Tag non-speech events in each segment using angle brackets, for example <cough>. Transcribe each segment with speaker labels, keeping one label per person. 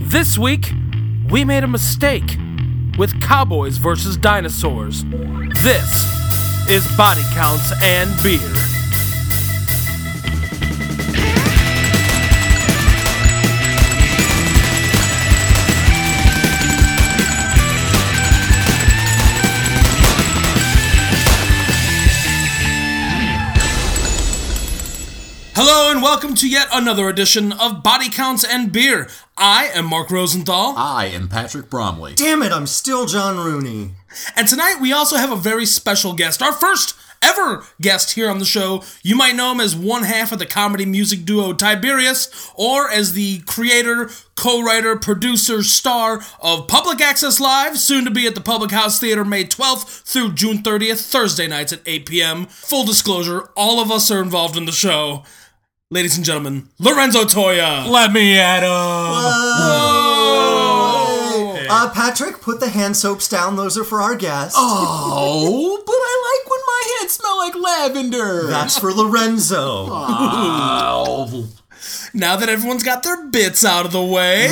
Speaker 1: This week, we made a mistake with Cowboys versus Dinosaurs. This is Body Counts and Beer. Hello and welcome to yet another edition of Body Counts and Beer. I am Mark Rosenthal.
Speaker 2: I am Patrick Bromley.
Speaker 3: Damn it, I'm still John Rooney.
Speaker 1: And tonight we also have a very special guest, our first ever guest here on the show. You might know him as one half of the comedy music duo Tiberius, or as the creator, co writer, producer, star of Public Access Live, soon to be at the Public House Theater May 12th through June 30th, Thursday nights at 8 p.m. Full disclosure, all of us are involved in the show. Ladies and gentlemen, Lorenzo Toya.
Speaker 4: Let me at him.
Speaker 2: Oh.
Speaker 3: Uh, Patrick, put the hand soaps down. Those are for our guests.
Speaker 2: Oh, but I like when my hands smell like lavender.
Speaker 3: That's for Lorenzo.
Speaker 2: Oh. Wow.
Speaker 1: Now that everyone's got their bits out of the way,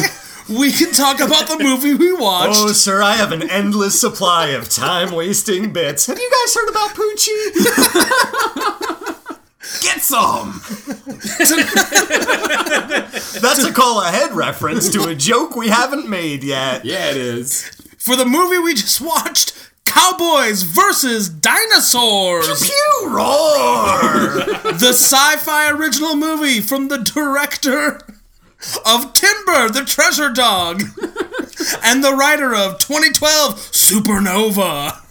Speaker 1: we can talk about the movie we watched.
Speaker 3: Oh, sir, I have an endless supply of time wasting bits. Have you guys heard about Poochie?
Speaker 2: <laughs> Get some.
Speaker 3: <laughs> That's a call ahead reference to a joke we haven't made yet.
Speaker 2: Yeah, it is.
Speaker 1: For the movie we just watched, Cowboys versus
Speaker 3: <laughs>
Speaker 1: Dinosaurs,
Speaker 3: Pew roar!
Speaker 1: the sci-fi original movie from the director of Timber, the Treasure Dog, and the writer of 2012 Supernova.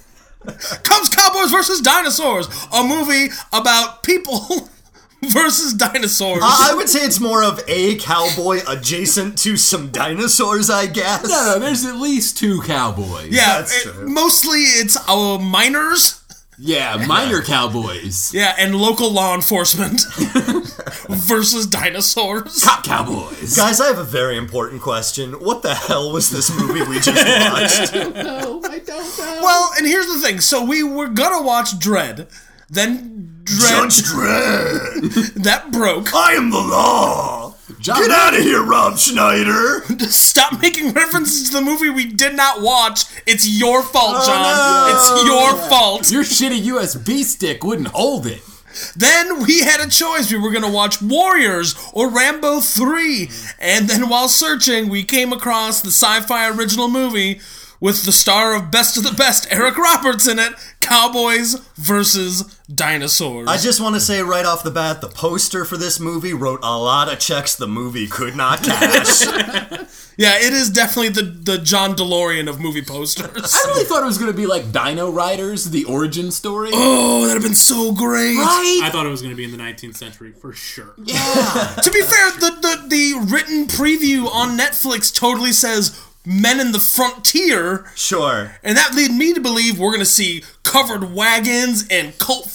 Speaker 1: Comes Cowboys versus Dinosaurs, a movie about people <laughs> versus dinosaurs.
Speaker 3: Uh, I I would say it's more of a cowboy adjacent to some dinosaurs, I guess.
Speaker 2: No, no, there's at least two cowboys.
Speaker 1: Yeah,
Speaker 3: That's
Speaker 1: it-
Speaker 3: true.
Speaker 1: mostly it's our miners,
Speaker 2: Yeah, minor cowboys.
Speaker 1: yeah, and local law
Speaker 3: <laughs>
Speaker 1: enforcement versus dinosaurs.
Speaker 2: Cop cowboys.
Speaker 3: Guys, I have a very important question. What the hell was this movie we just watched? <laughs>
Speaker 1: Well, and here's the thing: so we were gonna watch Dread, then Dread
Speaker 3: Dredd!
Speaker 1: that broke.
Speaker 3: I am the law!
Speaker 2: John
Speaker 3: Get out of here, Rob Schneider!
Speaker 1: Stop making references to the movie we did not watch. It's your fault, John.
Speaker 3: Oh, no.
Speaker 1: It's your fault.
Speaker 2: Your shitty USB stick wouldn't hold it.
Speaker 1: Then we had a choice: we were gonna watch Warriors or Rambo Three, and then while searching, we came across the sci-fi original movie. With the star of Best of the Best, Eric Roberts in it, Cowboys versus Dinosaurs.
Speaker 3: I just want to say right off the bat, the poster for this movie wrote a lot of checks the movie could not <laughs> cash.
Speaker 1: Yeah, it is definitely the the John DeLorean of movie posters. <laughs>
Speaker 2: I really thought it was going to be like Dino Riders, the origin story. <laughs>
Speaker 1: oh, that'd have been so great.
Speaker 2: Right?
Speaker 4: I thought it was going to be in the 19th century for
Speaker 1: <laughs>
Speaker 4: sure.
Speaker 1: To be fair, the, the the written preview on Netflix totally says men in the frontier,
Speaker 3: Sure.
Speaker 1: and that lead me to believe we're gonna see covered wagons and Colt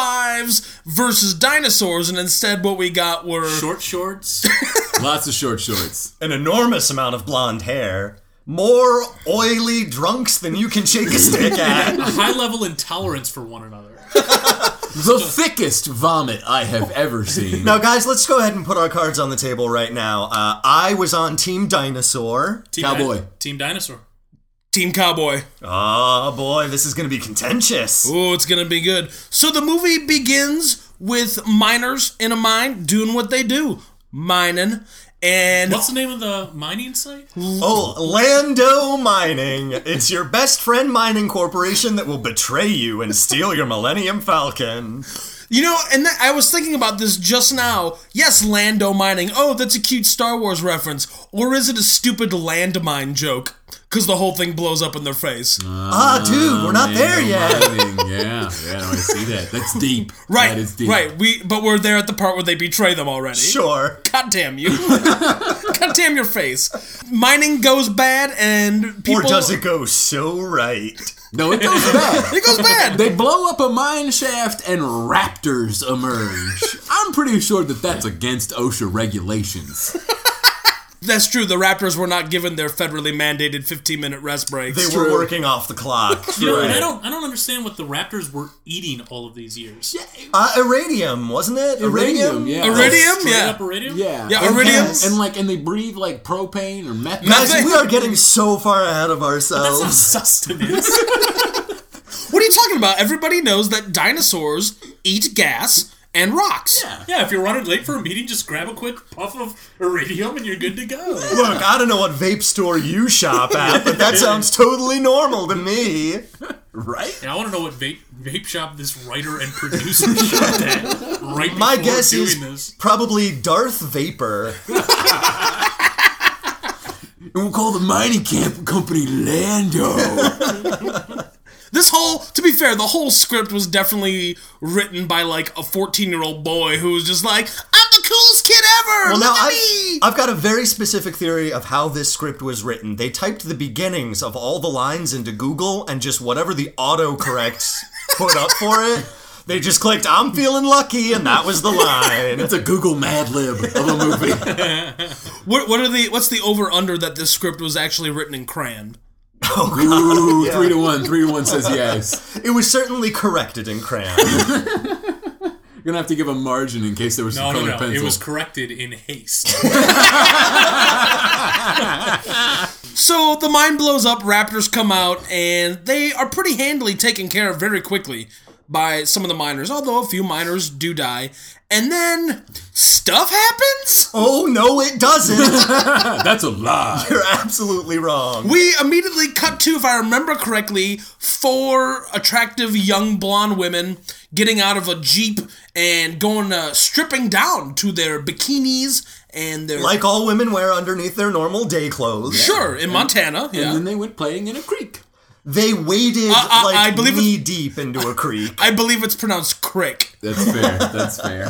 Speaker 1: 45s versus dinosaurs, and instead what we got were
Speaker 4: Short shorts.
Speaker 2: Lots of short shorts.
Speaker 3: An enormous amount of blonde hair. More oily drunks than you can shake a <laughs> stick at.
Speaker 4: High level intolerance for one another.
Speaker 2: The thickest vomit I have ever <laughs> seen.
Speaker 3: Now, guys, let's go ahead and put our cards on the table right now. Uh, I was on Team Dinosaur.
Speaker 4: Team
Speaker 2: Cowboy.
Speaker 4: Di- team Dinosaur.
Speaker 1: Team Cowboy.
Speaker 3: Oh boy, this is going to be contentious.
Speaker 1: Oh, it's gonna be good. So the movie begins with miners in a mine doing what they do, mining, and
Speaker 4: What's the name of the mining site?
Speaker 3: Oh, Lando Mining. It's your best friend mining corporation that will betray you and steal your Millennium Falcon.
Speaker 1: You know, and that, I was thinking about this just now. Yes, Lando mining. Oh, that's a cute Star Wars reference. Or is it a stupid landmine joke? Because the whole thing blows up in their face.
Speaker 3: Ah, dude, we're not there yet.
Speaker 2: Mining, yeah, yeah, I see that. That's deep.
Speaker 1: <laughs> right,
Speaker 2: That is deep.
Speaker 1: right. We, but we're there at the part where they betray them already.
Speaker 3: Sure.
Speaker 1: God damn
Speaker 3: <laughs>
Speaker 1: you! God damn your face. Mining goes bad, and people.
Speaker 3: Or does it go so right?
Speaker 2: No, it goes back.
Speaker 1: It goes bad.
Speaker 3: <laughs>
Speaker 2: They blow up a mine shaft and raptors emerge. I'm pretty sure that that's against OSHA regulations.
Speaker 1: That's true. The Raptors were not given their federally mandated 15 minute rest breaks.
Speaker 3: They were
Speaker 2: true.
Speaker 3: working off the clock.
Speaker 4: You know,
Speaker 3: Right.
Speaker 4: and I don't, I don't understand what the Raptors were eating all of these years. Yeah,
Speaker 3: Uh, iridium, wasn't it?
Speaker 2: Iridium, yeah.
Speaker 1: Iridium,
Speaker 4: straight
Speaker 1: yeah.
Speaker 4: up iridium.
Speaker 2: Yeah.
Speaker 1: Yeah,
Speaker 2: and,
Speaker 1: iridium.
Speaker 2: And, and, like, and they breathe like propane or methane.
Speaker 1: Meth-
Speaker 2: <laughs>
Speaker 3: Guys, we are getting so far ahead of
Speaker 4: that's not
Speaker 3: ourselves.
Speaker 4: sustenance. <laughs>
Speaker 1: What are you talking about? Everybody knows that dinosaurs eat gas and rocks.
Speaker 4: yeah, if you're running late for a meeting, just grab a quick puff of iridium and you're good to go.
Speaker 3: Look, I don't know what vape store you shop at, but that sounds totally normal to me. Right?
Speaker 4: And I want to know what vape vape shop this writer and producer <laughs> shot at. Right
Speaker 3: My
Speaker 4: before
Speaker 3: guess
Speaker 4: doing
Speaker 3: is
Speaker 4: this.
Speaker 3: probably Darth Vapor.
Speaker 2: And we'll call the mining camp company Lando.
Speaker 1: This whole, to be fair, the whole script was definitely written by like a 14 year old boy who was just like, I'm the coolest kid ever!
Speaker 3: Well, now
Speaker 1: Look at
Speaker 3: I,
Speaker 1: me!
Speaker 3: I've got a very specific theory of how this script was written. They typed the beginnings of all the lines into Google and just whatever the autocorrect
Speaker 1: <laughs>
Speaker 3: put up for it, they just clicked, I'm feeling lucky, and that was the
Speaker 1: <laughs>
Speaker 3: line.
Speaker 2: it's a Google Mad Lib of a movie.
Speaker 1: What, what are the, what's the over under that this script was actually written in crayon?
Speaker 2: Ooh, three to one. Three to one says yes.
Speaker 3: It was certainly corrected in crayon.
Speaker 2: You're gonna have to give a margin in case there was
Speaker 4: No,
Speaker 2: some
Speaker 4: no,
Speaker 2: colored
Speaker 4: no.
Speaker 2: pencil.
Speaker 4: It was corrected in haste.
Speaker 1: <laughs> So the mine blows up, Raptors come out, and they are pretty handily taken care of very quickly by some of the miners, although a few miners do die. And then stuff happens?
Speaker 3: oh, no, it doesn't. <laughs>
Speaker 2: That's a lie.
Speaker 3: You're absolutely wrong.
Speaker 1: We immediately cut to, if I remember correctly, four attractive young blonde women getting out of a Jeep and going uh, stripping down to their bikinis and their.
Speaker 3: Like all women wear underneath their normal day clothes.
Speaker 1: Sure, in Montana.
Speaker 2: <laughs> And
Speaker 1: Yeah.
Speaker 2: then they went playing in a creek.
Speaker 3: They waded
Speaker 1: I-
Speaker 3: like
Speaker 1: I believe it's-
Speaker 3: knee deep into a creek.
Speaker 1: I believe it's pronounced crick.
Speaker 2: That's fair. That's fair.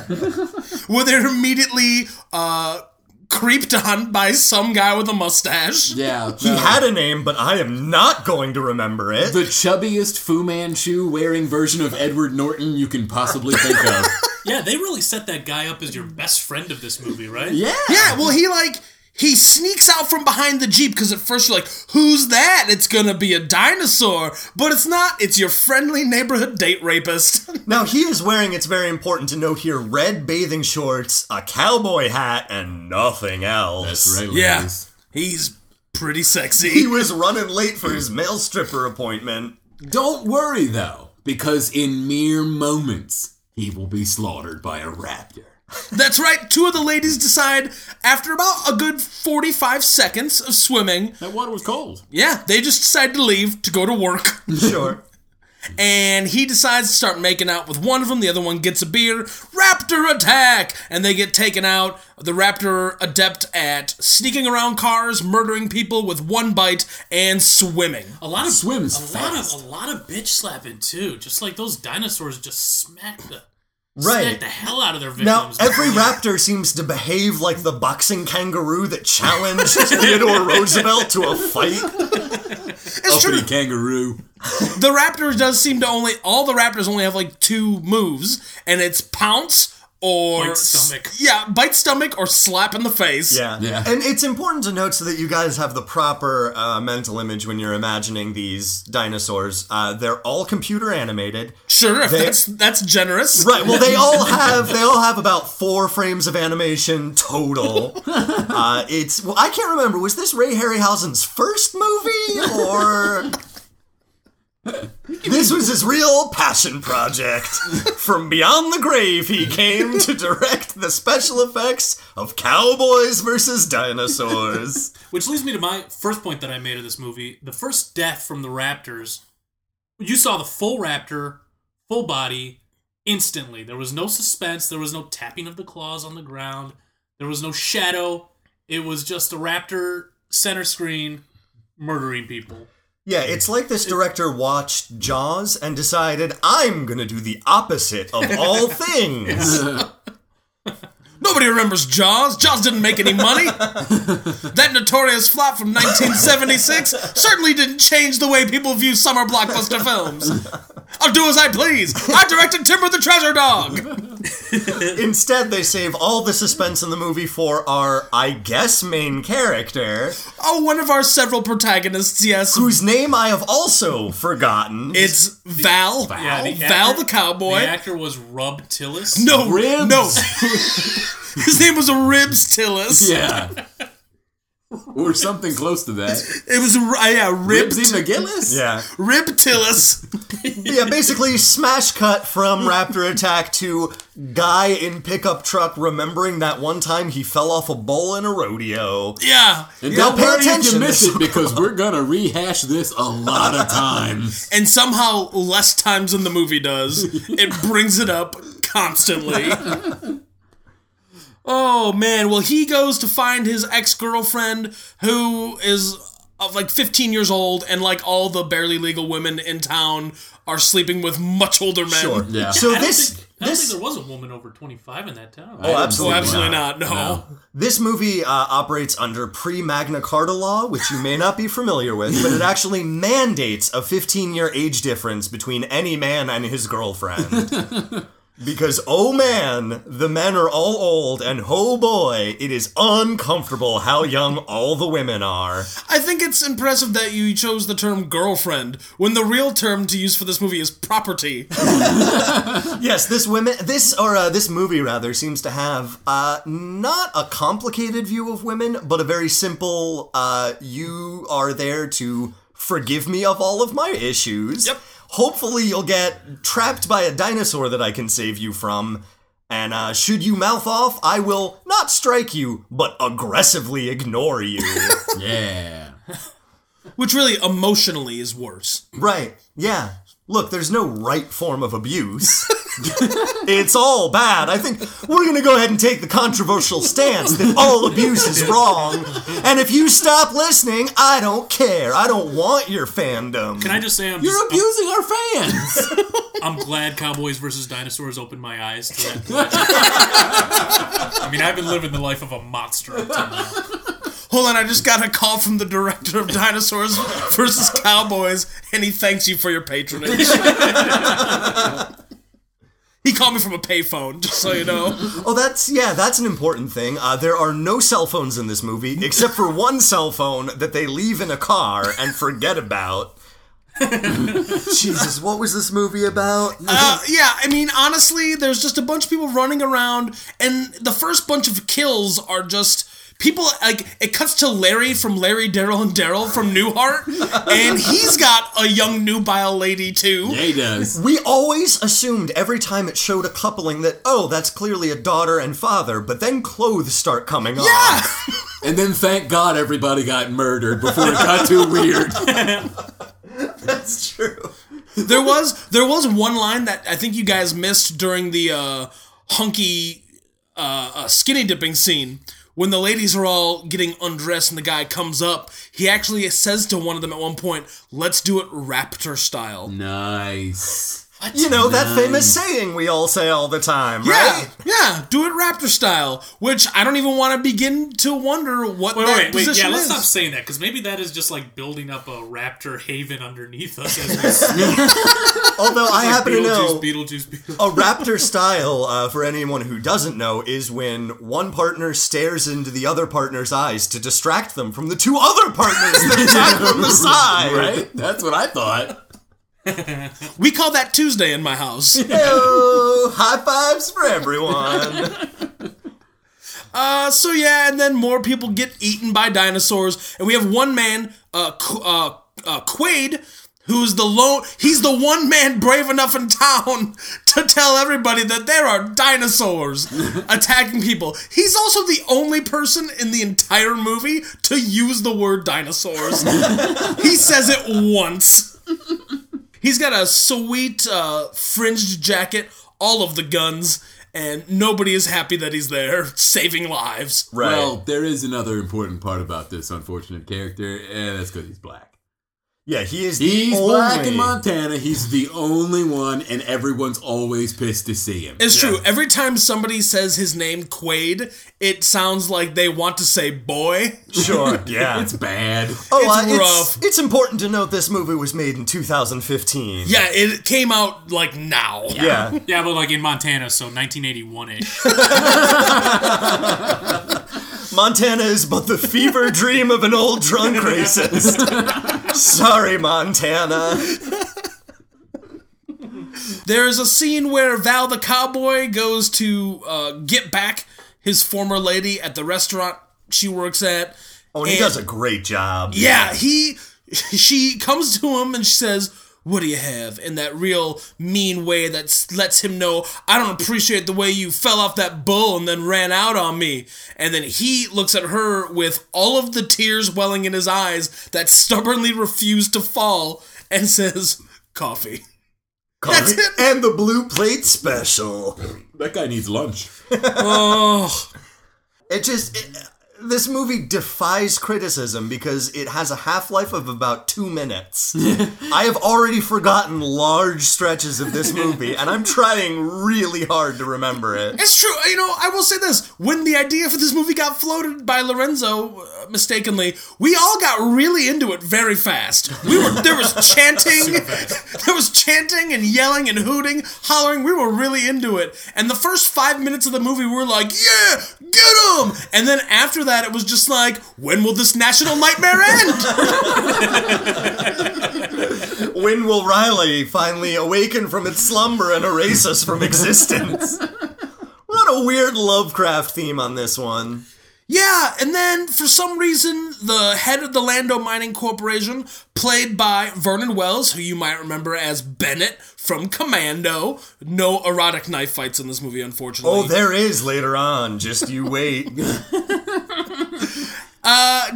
Speaker 1: where they're immediately uh, creeped on by some guy with a mustache.
Speaker 2: <laughs> Yeah.
Speaker 3: He had a name, but I am not going to remember it.
Speaker 2: the chubbiest Fu Manchu wearing version of Edward Norton you can possibly think of.
Speaker 4: yeah, they really set that guy up as your best friend of this movie,
Speaker 2: <laughs>
Speaker 4: right?
Speaker 2: Yeah.
Speaker 1: Yeah, well, he like he sneaks out from behind the jeep because at first you're like, "Who's that?" It's gonna be a dinosaur, but it's not. It's your friendly neighborhood date rapist. <laughs>
Speaker 3: Now he is wearing, it's very important to note here, red bathing shorts, a cowboy hat, and nothing else.
Speaker 2: That's right.
Speaker 1: yeah,
Speaker 2: ladies.
Speaker 1: he's pretty
Speaker 3: He
Speaker 1: sexy.
Speaker 3: was running late for his male stripper appointment.
Speaker 2: Don't worry though, because in mere moments he will be slaughtered by a raptor.
Speaker 1: That's right. Two of the ladies decide after about a good 45 seconds of swimming.
Speaker 2: That water was cold.
Speaker 1: Yeah, they just decide to leave to go to work.
Speaker 3: Sure.
Speaker 1: and he decides to start making out with one of them. The other one gets a beer. Raptor attack! And they get taken out. The raptor adept at sneaking around cars, murdering people with one bite, and swimming.
Speaker 4: A lot of
Speaker 2: Swims
Speaker 4: a lot
Speaker 2: fast.
Speaker 4: of a lot of bitch slapping too. Just like those dinosaurs just smack the smack
Speaker 3: Right.
Speaker 4: the hell out of their
Speaker 3: Now
Speaker 4: victims.
Speaker 3: every raptor seems to behave like the boxing kangaroo
Speaker 2: <laughs>
Speaker 3: that challenged Theodore Roosevelt to a fight.
Speaker 1: It's true.
Speaker 2: Uppity kangaroo.
Speaker 1: The raptor does seem to only all the raptors only have like two moves, and it's pounce or
Speaker 4: Bite stomach.
Speaker 1: Yeah, bite stomach or slap in the face.
Speaker 3: Yeah.
Speaker 2: Yeah.
Speaker 3: And it's important to note so that you guys have the proper uh, mental image when you're imagining these dinosaurs. Uh, they're all computer animated.
Speaker 1: Sure, if
Speaker 3: They-
Speaker 1: that's that's generous.
Speaker 3: <laughs> Right. Well, they all have they all have about four frames of animation total. Uh, it's well, I can't remember. Was this Ray Harryhausen's first movie or? This was his real passion project. From beyond the grave, he came to direct the special effects of Cowboys versus Dinosaurs.
Speaker 4: Which leads me to my first point that I made of this movie. The first death from the raptors, you saw the full raptor, full body, instantly. There was no suspense. There was no tapping of the claws on the ground. There was no shadow. It was just a raptor center screen murdering people.
Speaker 3: Yeah, it's like this director watched Jaws and decided, I'm gonna do the opposite of all things.
Speaker 1: Nobody remembers Jaws. Jaws didn't make any
Speaker 4: <laughs>
Speaker 1: money. that notorious flop from
Speaker 2: <laughs>
Speaker 1: 1976 certainly didn't change the way people view summer blockbuster films. I'll do as I please. I directed Timber the Treasure Dog.
Speaker 3: Instead, they save all the suspense in the movie for our, I guess, main character,
Speaker 1: Oh, one of our several protagonists, yes.
Speaker 3: whose name I have also forgotten.
Speaker 1: it's Val. Oh,
Speaker 4: Yeah, the
Speaker 1: Val
Speaker 4: actor-
Speaker 1: the cowboy.
Speaker 4: The actor was Rub Tillis.
Speaker 1: no,
Speaker 2: Ribs.
Speaker 1: no. <laughs> His name was Ribs Tillis. <laughs>
Speaker 2: Yeah. or something close to that.
Speaker 1: It was, uh, yeah, Rib,
Speaker 2: Ribsy McGillis?
Speaker 3: yeah.
Speaker 1: Rib Tillis.
Speaker 3: Yeah, basically smash cut from Raptor Attack to guy in pickup truck remembering that one time he fell off a bull in a rodeo.
Speaker 1: Yeah.
Speaker 2: And
Speaker 3: Yeah,
Speaker 2: don't
Speaker 3: pay
Speaker 2: worry if you
Speaker 3: attention.
Speaker 2: miss it because we're gonna rehash this a lot of times.
Speaker 1: And somehow, less times than the movie does, it brings it up constantly. <laughs> oh, man. Well, he goes to find his ex girlfriend who is of like 15 years old, and like all the barely legal women in town are sleeping with much older men.
Speaker 3: Sure.
Speaker 2: Yeah.
Speaker 3: So
Speaker 4: I don't,
Speaker 3: this
Speaker 4: think, I don't
Speaker 3: this
Speaker 4: think there was a woman over 25 in that town.
Speaker 2: I don't
Speaker 3: absolutely
Speaker 1: Oh,
Speaker 2: think
Speaker 1: absolutely not. No.
Speaker 3: This movie uh, operates under pre Magna Carta law, which you may not be familiar with, but it actually mandates a 15 year age difference between any man and his girlfriend. because, oh man, the men are all old, and oh boy, it is uncomfortable how young all the women are.
Speaker 1: I think it's impressive that you chose the term girlfriend when the real term to use for this movie is property. <laughs>
Speaker 3: Yes, this women, this or uh, this movie rather seems to have uh, not a complicated view of women, but a very simple. Uh, you are there to forgive me of all of my issues.
Speaker 1: Yep.
Speaker 3: Hopefully, you'll get trapped by a dinosaur that I can save you from. And uh, should you mouth off, I will not strike you, but aggressively ignore you. <laughs>
Speaker 2: Yeah.
Speaker 1: Which really emotionally is worse.
Speaker 3: right? Yeah. Look, there's no right form of abuse. <laughs> It's all bad. I think we're going to go ahead and take the controversial stance that all abuse is wrong. And if you stop listening, I don't care. I don't want your fandom.
Speaker 4: Can I just say I'm,
Speaker 2: You're
Speaker 4: just,
Speaker 2: abusing our fans.
Speaker 4: I'm, I'm glad Cowboys versus Dinosaurs opened my eyes to that. point.
Speaker 1: <laughs>
Speaker 4: I mean, I've been living the life of a monster up till now.
Speaker 1: Hold on, I just got a call from the director of Dinosaurs versus Cowboys, and he thanks you for your patronage. he called me from a payphone, just so you know.
Speaker 3: oh, that's yeah, that's an important thing. Uh, there are no cell phones in this movie except for one cell phone that they leave in a car and forget about. <laughs> Jesus, what was this movie about?
Speaker 1: Uh, yeah, I mean, honestly, there's just a bunch of people running around, and the first bunch of kills are just. People like it cuts to Larry from Larry Daryl and Daryl from Newhart, and he's got a young nubile lady too.
Speaker 2: <laughs> yeah, he does.
Speaker 3: We always assumed every time it showed a coupling that, oh, that's clearly a daughter and father, but then clothes start coming
Speaker 1: Yeah.
Speaker 3: off.
Speaker 2: And then thank God everybody got murdered before it got too weird.
Speaker 3: <laughs> That's true.
Speaker 1: There was there was one line that I think you guys missed during the uh, hunky uh, uh, skinny dipping scene when the ladies are all getting undressed and the guy comes up. He actually says to one of them at one point, "Let's do it raptor style."
Speaker 2: Nice.
Speaker 3: You know, that famous saying we all say all the time,
Speaker 1: Yeah,
Speaker 3: right?
Speaker 1: Oh, yeah, do it raptor style. Which I don't even want to begin to wonder what
Speaker 4: Wait,
Speaker 1: that
Speaker 4: wait, wait.
Speaker 1: position
Speaker 4: Yeah, let's
Speaker 1: is.
Speaker 4: stop saying that because maybe that is just like building up a raptor haven underneath
Speaker 1: <laughs>
Speaker 4: us as we speak.
Speaker 3: Although
Speaker 2: <laughs>
Speaker 3: I happen to know.
Speaker 4: Beetlejuice, Beetlejuice, Beetlejuice.
Speaker 3: a raptor style, uh, for anyone who doesn't know, is when one partner stares into the other partner's eyes to distract them from the two other partners that attack
Speaker 2: <laughs>
Speaker 3: from the side.
Speaker 2: Right? That's what I thought.
Speaker 1: We call that Tuesday in my house.
Speaker 3: Heyo, high fives for everyone.
Speaker 2: <laughs>
Speaker 1: Uh, so yeah, and then more people get eaten by dinosaurs, and we have one man, uh, Qu- uh, uh Quaid, who's the lone. He's the one man brave enough in town <laughs> to tell everybody that there are dinosaurs attacking people. He's also the only person in the entire movie to use the word dinosaurs. he says it once. He's got a sweet uh, fringed jacket, all of the guns, and nobody is happy that he's there <laughs> saving lives.
Speaker 3: Right.
Speaker 2: Well, there is another important part about this unfortunate character, and that's because he's black.
Speaker 3: Yeah, he is
Speaker 2: He's
Speaker 3: the only.
Speaker 2: black in Montana. He's the only one, and everyone's always pissed to see him.
Speaker 1: It's true. Every time somebody says his name Quaid, it sounds like they want to say boy. <laughs>
Speaker 3: Sure, yeah.
Speaker 2: It's bad.
Speaker 3: oh,
Speaker 1: it's
Speaker 3: uh, it's,
Speaker 1: rough.
Speaker 3: It's, important to note this movie was made in 2015.
Speaker 1: Yeah, it came out like now.
Speaker 3: Yeah.
Speaker 4: Yeah, but like in Montana, so 1981 ish.
Speaker 3: Montana is but the
Speaker 1: <laughs>
Speaker 3: fever dream of an old drunk racist. Sorry, Montana.
Speaker 1: There's a scene where Val the cowboy goes to uh, get back his former lady at the restaurant she works at.
Speaker 3: Oh, and he
Speaker 1: And-
Speaker 3: does a great job.
Speaker 1: Yeah, he she comes to him and she says, "What do you have?" in that real mean way that s- lets him know, "I don't appreciate the way you fell off that bull and then ran out on me." And then he looks at her with all of the tears welling in his eyes that stubbornly refuse to fall and <laughs> says, "Coffee." That's it.
Speaker 3: And the blue plate special.
Speaker 2: That guy needs lunch.
Speaker 1: Oh.
Speaker 3: It just it, this movie defies criticism because it has a half-life of about
Speaker 1: <laughs>
Speaker 3: 2 minutes. I have already forgotten large stretches of this movie and I'm trying really hard to remember it.
Speaker 1: It's true. You know, I will say this: when the idea for this movie got floated by Lorenzo uh, mistakenly, we all got really into it very fast. We were there was chanting, <laughs> there was chanting and yelling and hooting, hollering. We were really into it. And the first five minutes of the movie, we were like, "Yeah, get him!" And then after that, it was just like, "When will this national nightmare end?"
Speaker 3: When will Riley finally awaken from its slumber and erase us
Speaker 2: <laughs>
Speaker 3: from existence? What a weird Lovecraft theme on this one.
Speaker 1: yeah. And then for some reason, the head of the Lando Mining Corporation, played by Vernon Wells, who you might remember as Bennett from Commando. No erotic knife fights in this movie, unfortunately.
Speaker 3: Oh, there is later on. Just you wait.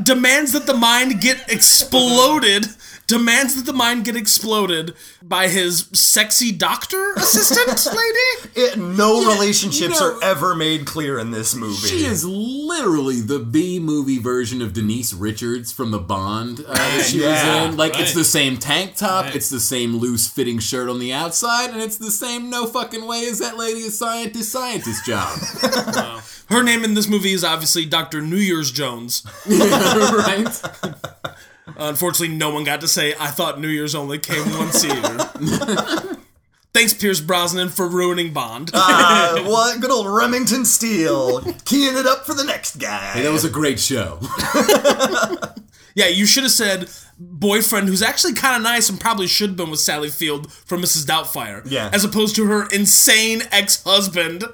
Speaker 1: demands that the mine get exploded. <laughs> demands that the mine get exploded by his sexy doctor assistant lady.
Speaker 3: It, no relationships
Speaker 2: no.
Speaker 3: are ever made clear in this movie.
Speaker 2: She is literally the B movie version of Denise Richards from the Bond uh, that she
Speaker 3: Yeah,
Speaker 2: was in. Like it's
Speaker 4: right.
Speaker 2: the same tank top, it's the same loose fitting shirt on the outside, and it's the same no fucking way as that lady a scientist
Speaker 1: <laughs>
Speaker 2: scientist job.
Speaker 1: Her name in this movie is obviously Dr. New Year's Jones.
Speaker 2: right?
Speaker 1: Unfortunately, no one got to say, I thought New Year's only came once a year. <laughs> Thanks, Pierce Brosnan, for ruining Bond.
Speaker 3: Uh, what good old
Speaker 2: <laughs>
Speaker 3: Remington Steele keying it up for the next guy.
Speaker 2: That was a great show.
Speaker 1: <laughs> yeah, you should have said boyfriend who's actually kind of nice and probably should have been with Sally Field from Mrs. Doubtfire.
Speaker 3: Yeah.
Speaker 1: As opposed to her insane ex husband.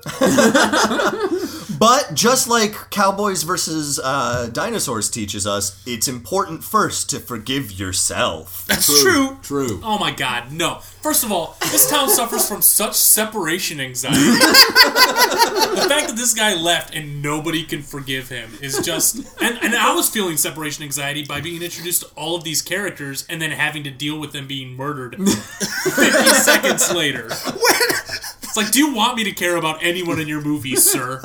Speaker 3: But just like Cowboys versus uh, Dinosaurs teaches us, it's important first to forgive yourself.
Speaker 1: That's true.
Speaker 2: True.
Speaker 4: Oh my god, no. First of all, this town suffers from such separation anxiety. the fact that this guy left and nobody can forgive him is just. And, and I was feeling separation anxiety by being introduced to all of these characters and then having to deal with them being murdered 50 seconds later. It's like, do you want me to care about anyone in your movie, sir?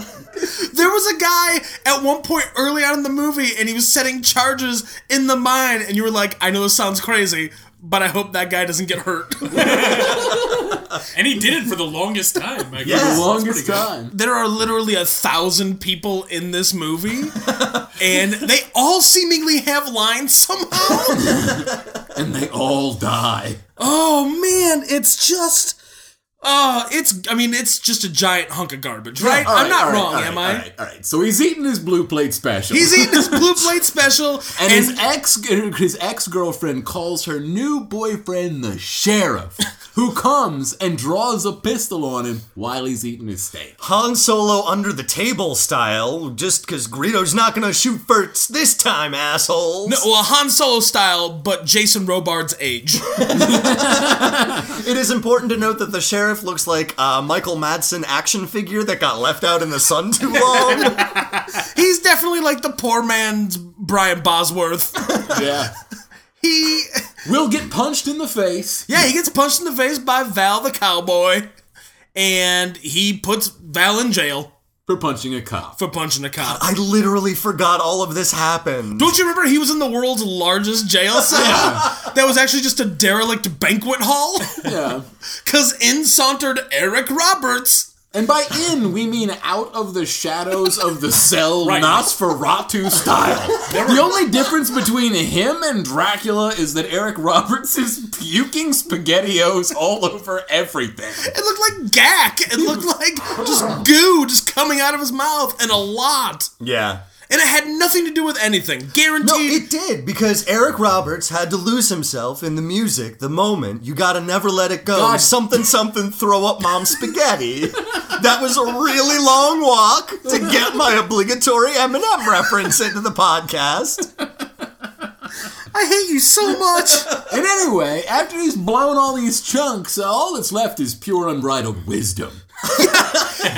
Speaker 1: There was a guy at one point early on in the movie, and he was setting charges in the mine, and you were like, "I know this sounds crazy, but I hope that guy doesn't get hurt." <laughs>
Speaker 4: And he did it for the longest time. I
Speaker 3: Yeah.
Speaker 4: guess.
Speaker 2: The
Speaker 3: That's
Speaker 2: longest time.
Speaker 1: there are literally a thousand people in this movie, and they all seemingly have lines somehow.
Speaker 2: And they all die.
Speaker 1: Oh man, it's just. Uh, it's. I mean, it's just a giant hunk of garbage, right?
Speaker 2: All
Speaker 1: I'm
Speaker 2: right,
Speaker 1: not
Speaker 2: all right,
Speaker 1: wrong,
Speaker 2: all right,
Speaker 1: am
Speaker 2: All
Speaker 1: I?
Speaker 2: right, all right. So he's eating his blue plate special.
Speaker 1: He's eating his blue plate special,
Speaker 2: <laughs>
Speaker 1: and,
Speaker 2: and, his ex his ex girlfriend calls her new boyfriend the sheriff, who comes and draws a pistol on him while he's eating his steak.
Speaker 3: Han Solo under the table style, just because Greedo's not gonna shoot first this time, assholes.
Speaker 1: no, well, Han Solo style, but Jason Robards' age.
Speaker 3: It is important to note that the sheriff looks like a Michael Madsen action figure that got left out in the
Speaker 1: <laughs>
Speaker 3: sun too long.
Speaker 1: He's definitely like the poor man's Brian Bosworth.
Speaker 2: Yeah, <laughs>
Speaker 1: He,
Speaker 2: will get punched in the face.
Speaker 1: yeah, he gets punched in the face by Val the cowboy, and he puts Val in jail.
Speaker 2: for punching a cop.
Speaker 1: for punching a cop.
Speaker 3: I literally forgot all of this happened.
Speaker 1: Don't you remember he was in the world's largest jail cell? That was actually just a derelict banquet hall? <laughs>
Speaker 2: Yeah.
Speaker 1: Because in sauntered Eric Roberts.
Speaker 2: And by in, we mean out of the shadows of the cell,
Speaker 1: Right.
Speaker 2: Nosferatu style. the only difference between him and Dracula is that Eric Roberts is puking spaghettios all over everything.
Speaker 1: It looked like gack. It looked like just goo just coming out of his mouth and a lot.
Speaker 3: Yeah.
Speaker 1: And it had nothing to do with anything. Guaranteed.
Speaker 3: No, it did because Eric Roberts had to lose himself in the music. The moment you gotta never let it go.
Speaker 2: God.
Speaker 3: Something, something. Throw up, mom, spaghetti. <laughs> that was a really long walk to get my obligatory Eminem reference into the podcast.
Speaker 1: I hate you so
Speaker 3: <laughs>
Speaker 1: much.
Speaker 2: And anyway, after he's blown all these chunks, all that's left is pure unbridled wisdom.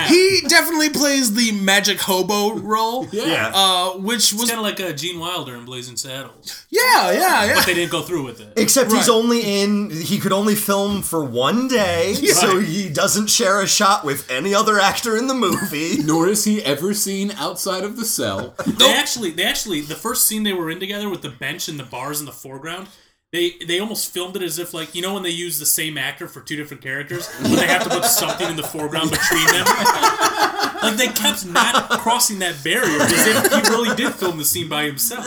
Speaker 1: he definitely plays the magic hobo role.
Speaker 3: Yeah.
Speaker 1: Uh, which was.
Speaker 4: Kind of like uh, Gene Wilder in Blazing Saddles.
Speaker 1: Yeah, yeah, yeah.
Speaker 4: But they didn't go through with it.
Speaker 3: Except he's
Speaker 1: Right.
Speaker 3: only in, he could only film for one day, so he doesn't share a shot with any other actor in the movie.
Speaker 2: Nor is he ever seen outside of the cell. <laughs>
Speaker 4: They actually, they actually, the first scene they were in together with the bench and the bars in the foreground, they they almost filmed it as if like you know when they use the same actor for two different characters, but they have to put something in the foreground between them. like they kept not crossing that barrier as if he really did film the scene by himself.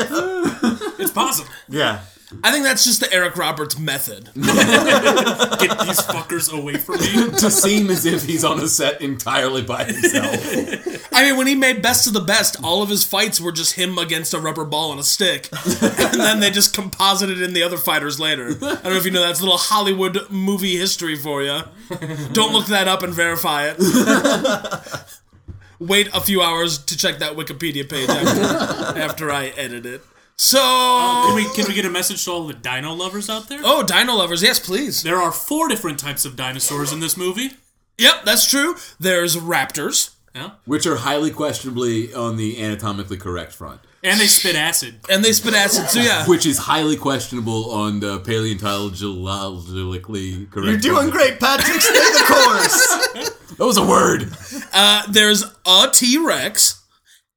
Speaker 4: It's possible.
Speaker 3: Yeah.
Speaker 1: I think that's just the Eric Roberts method.
Speaker 4: Get these fuckers away from me.
Speaker 2: to seem as if he's on a set entirely by himself.
Speaker 1: I mean, when he made Best of the Best, all of his fights were just him against a rubber ball and a stick. and then they just composited in the other fighters later. I don't know if you know that's a little Hollywood movie history for you. Don't look that up and verify it. Wait a few hours to check that Wikipedia page after, after I edit it. So,
Speaker 4: Can we can we get a message to all the dino lovers out there?
Speaker 1: oh, dino lovers, yes, please.
Speaker 4: There are four different types of dinosaurs in this movie.
Speaker 1: Yep, that's true. There's raptors,
Speaker 4: Yeah.
Speaker 2: Which are highly questionably on the anatomically correct front.
Speaker 4: And they spit acid.
Speaker 1: and they spit acid. So yeah,
Speaker 2: Which is highly questionable on the paleontologically correct
Speaker 3: You're doing
Speaker 2: front.
Speaker 3: great, Patrick. Stay the course.
Speaker 2: That was a word.
Speaker 1: there's a T Rex,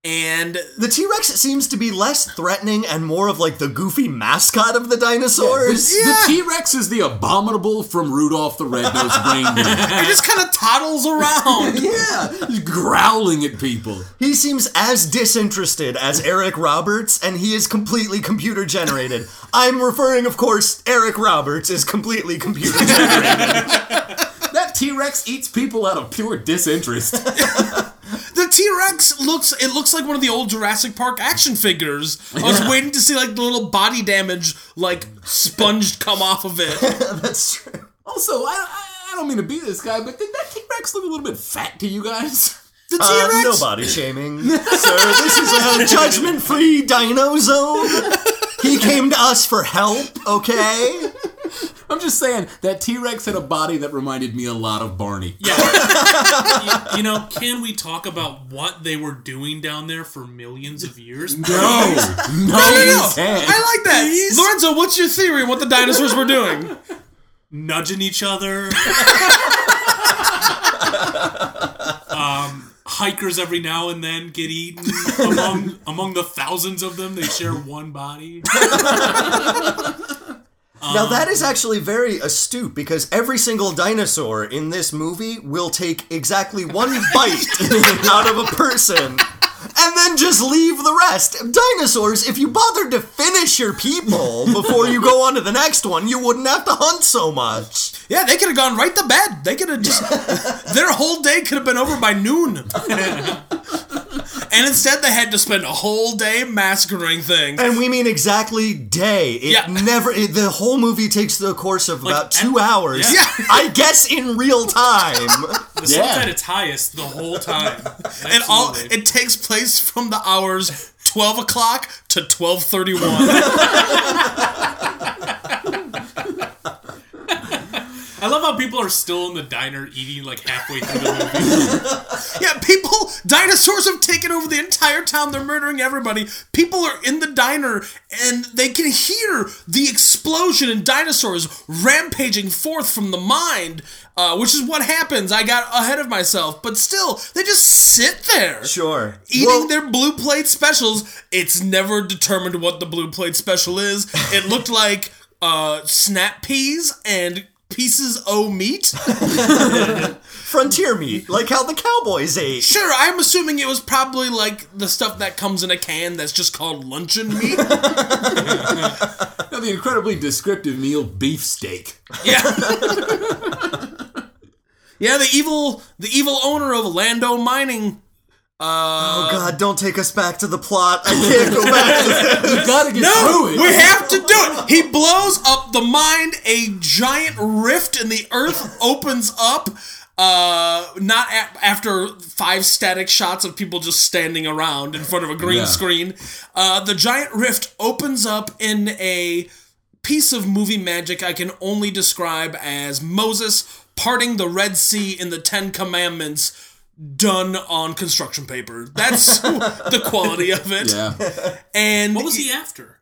Speaker 1: and
Speaker 3: The T Rex seems to be less threatening and more of like the goofy mascot of the dinosaurs.
Speaker 2: The T Rex is the abominable from Rudolph the Red-Nosed Reindeer.
Speaker 1: it just kind of toddles around.
Speaker 2: yeah,
Speaker 3: <laughs>
Speaker 2: he's growling at people.
Speaker 3: He seems as disinterested as Eric Roberts, and he is completely computer <laughs> generated. I'm referring, of course, Eric Roberts is completely computer generated.
Speaker 2: That T Rex eats people out of
Speaker 1: <laughs>
Speaker 2: pure disinterest.
Speaker 1: The T Rex looks it looks like one of the old Jurassic Park action
Speaker 4: <laughs>
Speaker 1: figures. I was waiting to see like the little body damage like sponge come off of it.
Speaker 3: <laughs> That's true.
Speaker 2: also, I, I, I don't mean to be this guy, but did that T Rex look a little bit fat to you guys? <laughs>
Speaker 1: The T
Speaker 3: Uh,
Speaker 1: Rex.
Speaker 3: no body <laughs> shaming, sir. This is a <laughs> judgment-free dino zone. He came to us for help, okay?
Speaker 2: I'm just saying that T Rex had a body that reminded me a lot of Barney.
Speaker 4: Y- <laughs> you, know, can we talk about what they were doing down there for millions of years?
Speaker 2: No, no,
Speaker 1: <laughs> no,
Speaker 2: you
Speaker 1: no.
Speaker 2: can't.
Speaker 1: I like that. Lorenzo, what's your theory on what the dinosaurs were doing?
Speaker 4: Nudging each other. um, hikers every now and then get eaten. Among among the thousands of them, they share one body.
Speaker 1: Um,
Speaker 3: Now that is actually very astute because every single dinosaur in this movie will take
Speaker 1: <laughs>
Speaker 3: exactly one bite <laughs> out of a person and then just leave the rest. Dinosaurs, if you bothered to finish your
Speaker 1: <laughs>
Speaker 3: people before you go on to the next one, you wouldn't have to hunt so much.
Speaker 1: Yeah, they could have gone right to bed. They could have just their whole day could have been over by noon. and instead they had to spend a whole day massacring things.
Speaker 3: And we mean exactly day. It
Speaker 1: Yeah.
Speaker 3: never it, the whole movie takes the course of about 2 hours.
Speaker 1: Yeah.
Speaker 3: <laughs> I guess in real
Speaker 1: <laughs>
Speaker 3: time.
Speaker 4: The sun's
Speaker 2: Yeah.
Speaker 4: at its highest the whole time.
Speaker 1: and all
Speaker 4: Absolutely.
Speaker 1: it takes place from the hours 12 o'clock to 12.31
Speaker 4: I love how people are still in the diner eating like halfway through the movie.
Speaker 1: Yeah, people, dinosaurs have taken over the entire town. They're murdering everybody. People are in the diner and they can hear the explosion and dinosaurs rampaging forth from the mind, uh, which is what happens. I got ahead of myself, but still, they just sit there.
Speaker 3: Sure.
Speaker 1: Eating
Speaker 3: Well-
Speaker 1: their blue plate specials, it's never determined what the blue plate special is. It looked like uh, snap peas and pieces o meat.
Speaker 3: frontier meat, like how the cowboys ate.
Speaker 1: Sure, I'm assuming it was probably like the stuff that comes in a can that's just called luncheon meat.
Speaker 2: Now, the incredibly descriptive
Speaker 1: <laughs>
Speaker 2: meal beefsteak.
Speaker 1: yeah. yeah, the evil the evil owner of Lando Mining. Um,
Speaker 3: Oh God, don't take us back to the plot. I can't
Speaker 1: <laughs>
Speaker 3: go back. to
Speaker 2: You gotta get
Speaker 1: No,
Speaker 2: through it.
Speaker 1: we have to do it. He blows up the mine, a giant rift in the earth opens up uh not a- after five static shots of people just standing around in front of a green
Speaker 2: Yeah.
Speaker 1: screen uh the giant rift opens up in a piece of movie magic I can only describe as Moses parting the Red Sea in the Ten Commandments done on construction paper.
Speaker 2: <laughs>
Speaker 1: That's the quality of it.
Speaker 2: yeah.
Speaker 1: And
Speaker 4: What was he after?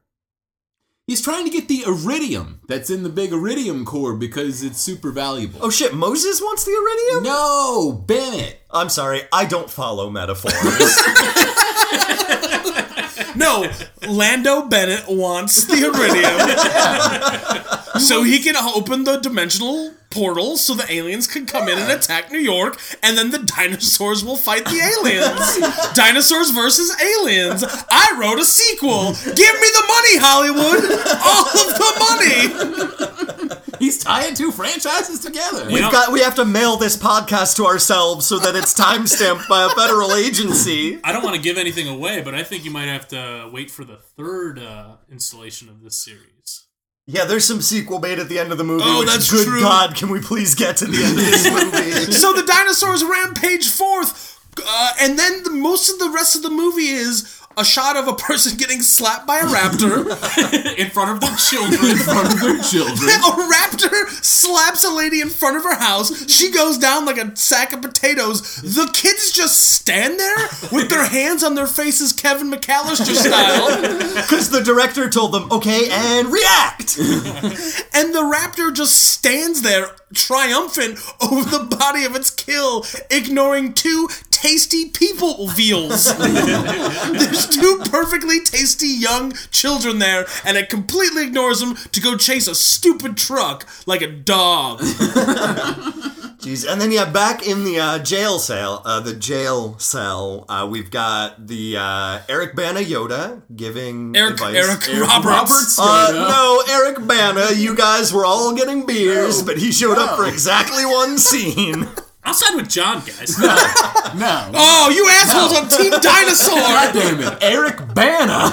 Speaker 2: He's trying to get the iridium that's in the big iridium core because it's super valuable.
Speaker 3: oh shit, Moses wants the iridium.
Speaker 2: No, Bennett.
Speaker 3: I'm sorry, I don't
Speaker 1: <laughs>
Speaker 3: follow metaphors.
Speaker 1: No, Lando Bennett wants the iridium so he can open the dimensional portal so the aliens can come in and attack New York, and then the dinosaurs will fight the aliens. dinosaurs versus aliens. I wrote a sequel. Give me the money, Hollywood. All of the money.
Speaker 2: He's tying two franchises together.
Speaker 4: Yeah.
Speaker 3: We've got we have to mail this podcast to ourselves so that it's timestamped by a federal agency.
Speaker 4: I don't want to give anything away, but I think you might have to wait for the third uh, installation of this series.
Speaker 3: Yeah, there's some sequel made at the end of the movie.
Speaker 1: Oh,
Speaker 3: which,
Speaker 1: that's
Speaker 3: good
Speaker 1: true.
Speaker 3: God, can we please get to the
Speaker 1: <laughs>
Speaker 3: end of this movie?
Speaker 1: So the dinosaurs rampage forth, uh, and then the, most of the rest of the movie is a shot of a person getting slapped by a raptor.
Speaker 4: in front
Speaker 1: <laughs>
Speaker 4: of the children.
Speaker 2: From their children. <laughs>
Speaker 1: a raptor slaps a lady in front of her house. She goes down like a sack of potatoes. The kids just stand there with their hands on their faces, Kevin McAllister style.
Speaker 3: Because the director told them, okay, and react.
Speaker 1: And the raptor just stands there triumphant over the body of its kill, ignoring two tasty people veals. There's two perfectly tasty young children there, and it completely ignores them to go chase a stupid truck like a dog.
Speaker 3: Jeez, and then yeah, back in the uh, jail cell, uh, the jail cell, uh, we've got the uh, Eric Bana Yoda giving
Speaker 1: Eric,
Speaker 3: advice.
Speaker 1: Eric, Roberts.
Speaker 3: Uh, no, Eric Bana, you guys were all getting beers, but he showed up for exactly one scene.
Speaker 4: I'll side with John, guys. <laughs>
Speaker 2: no.
Speaker 1: Oh, you assholes on Team
Speaker 2: God
Speaker 1: Dinosaur!
Speaker 2: damn it. Eric Bana.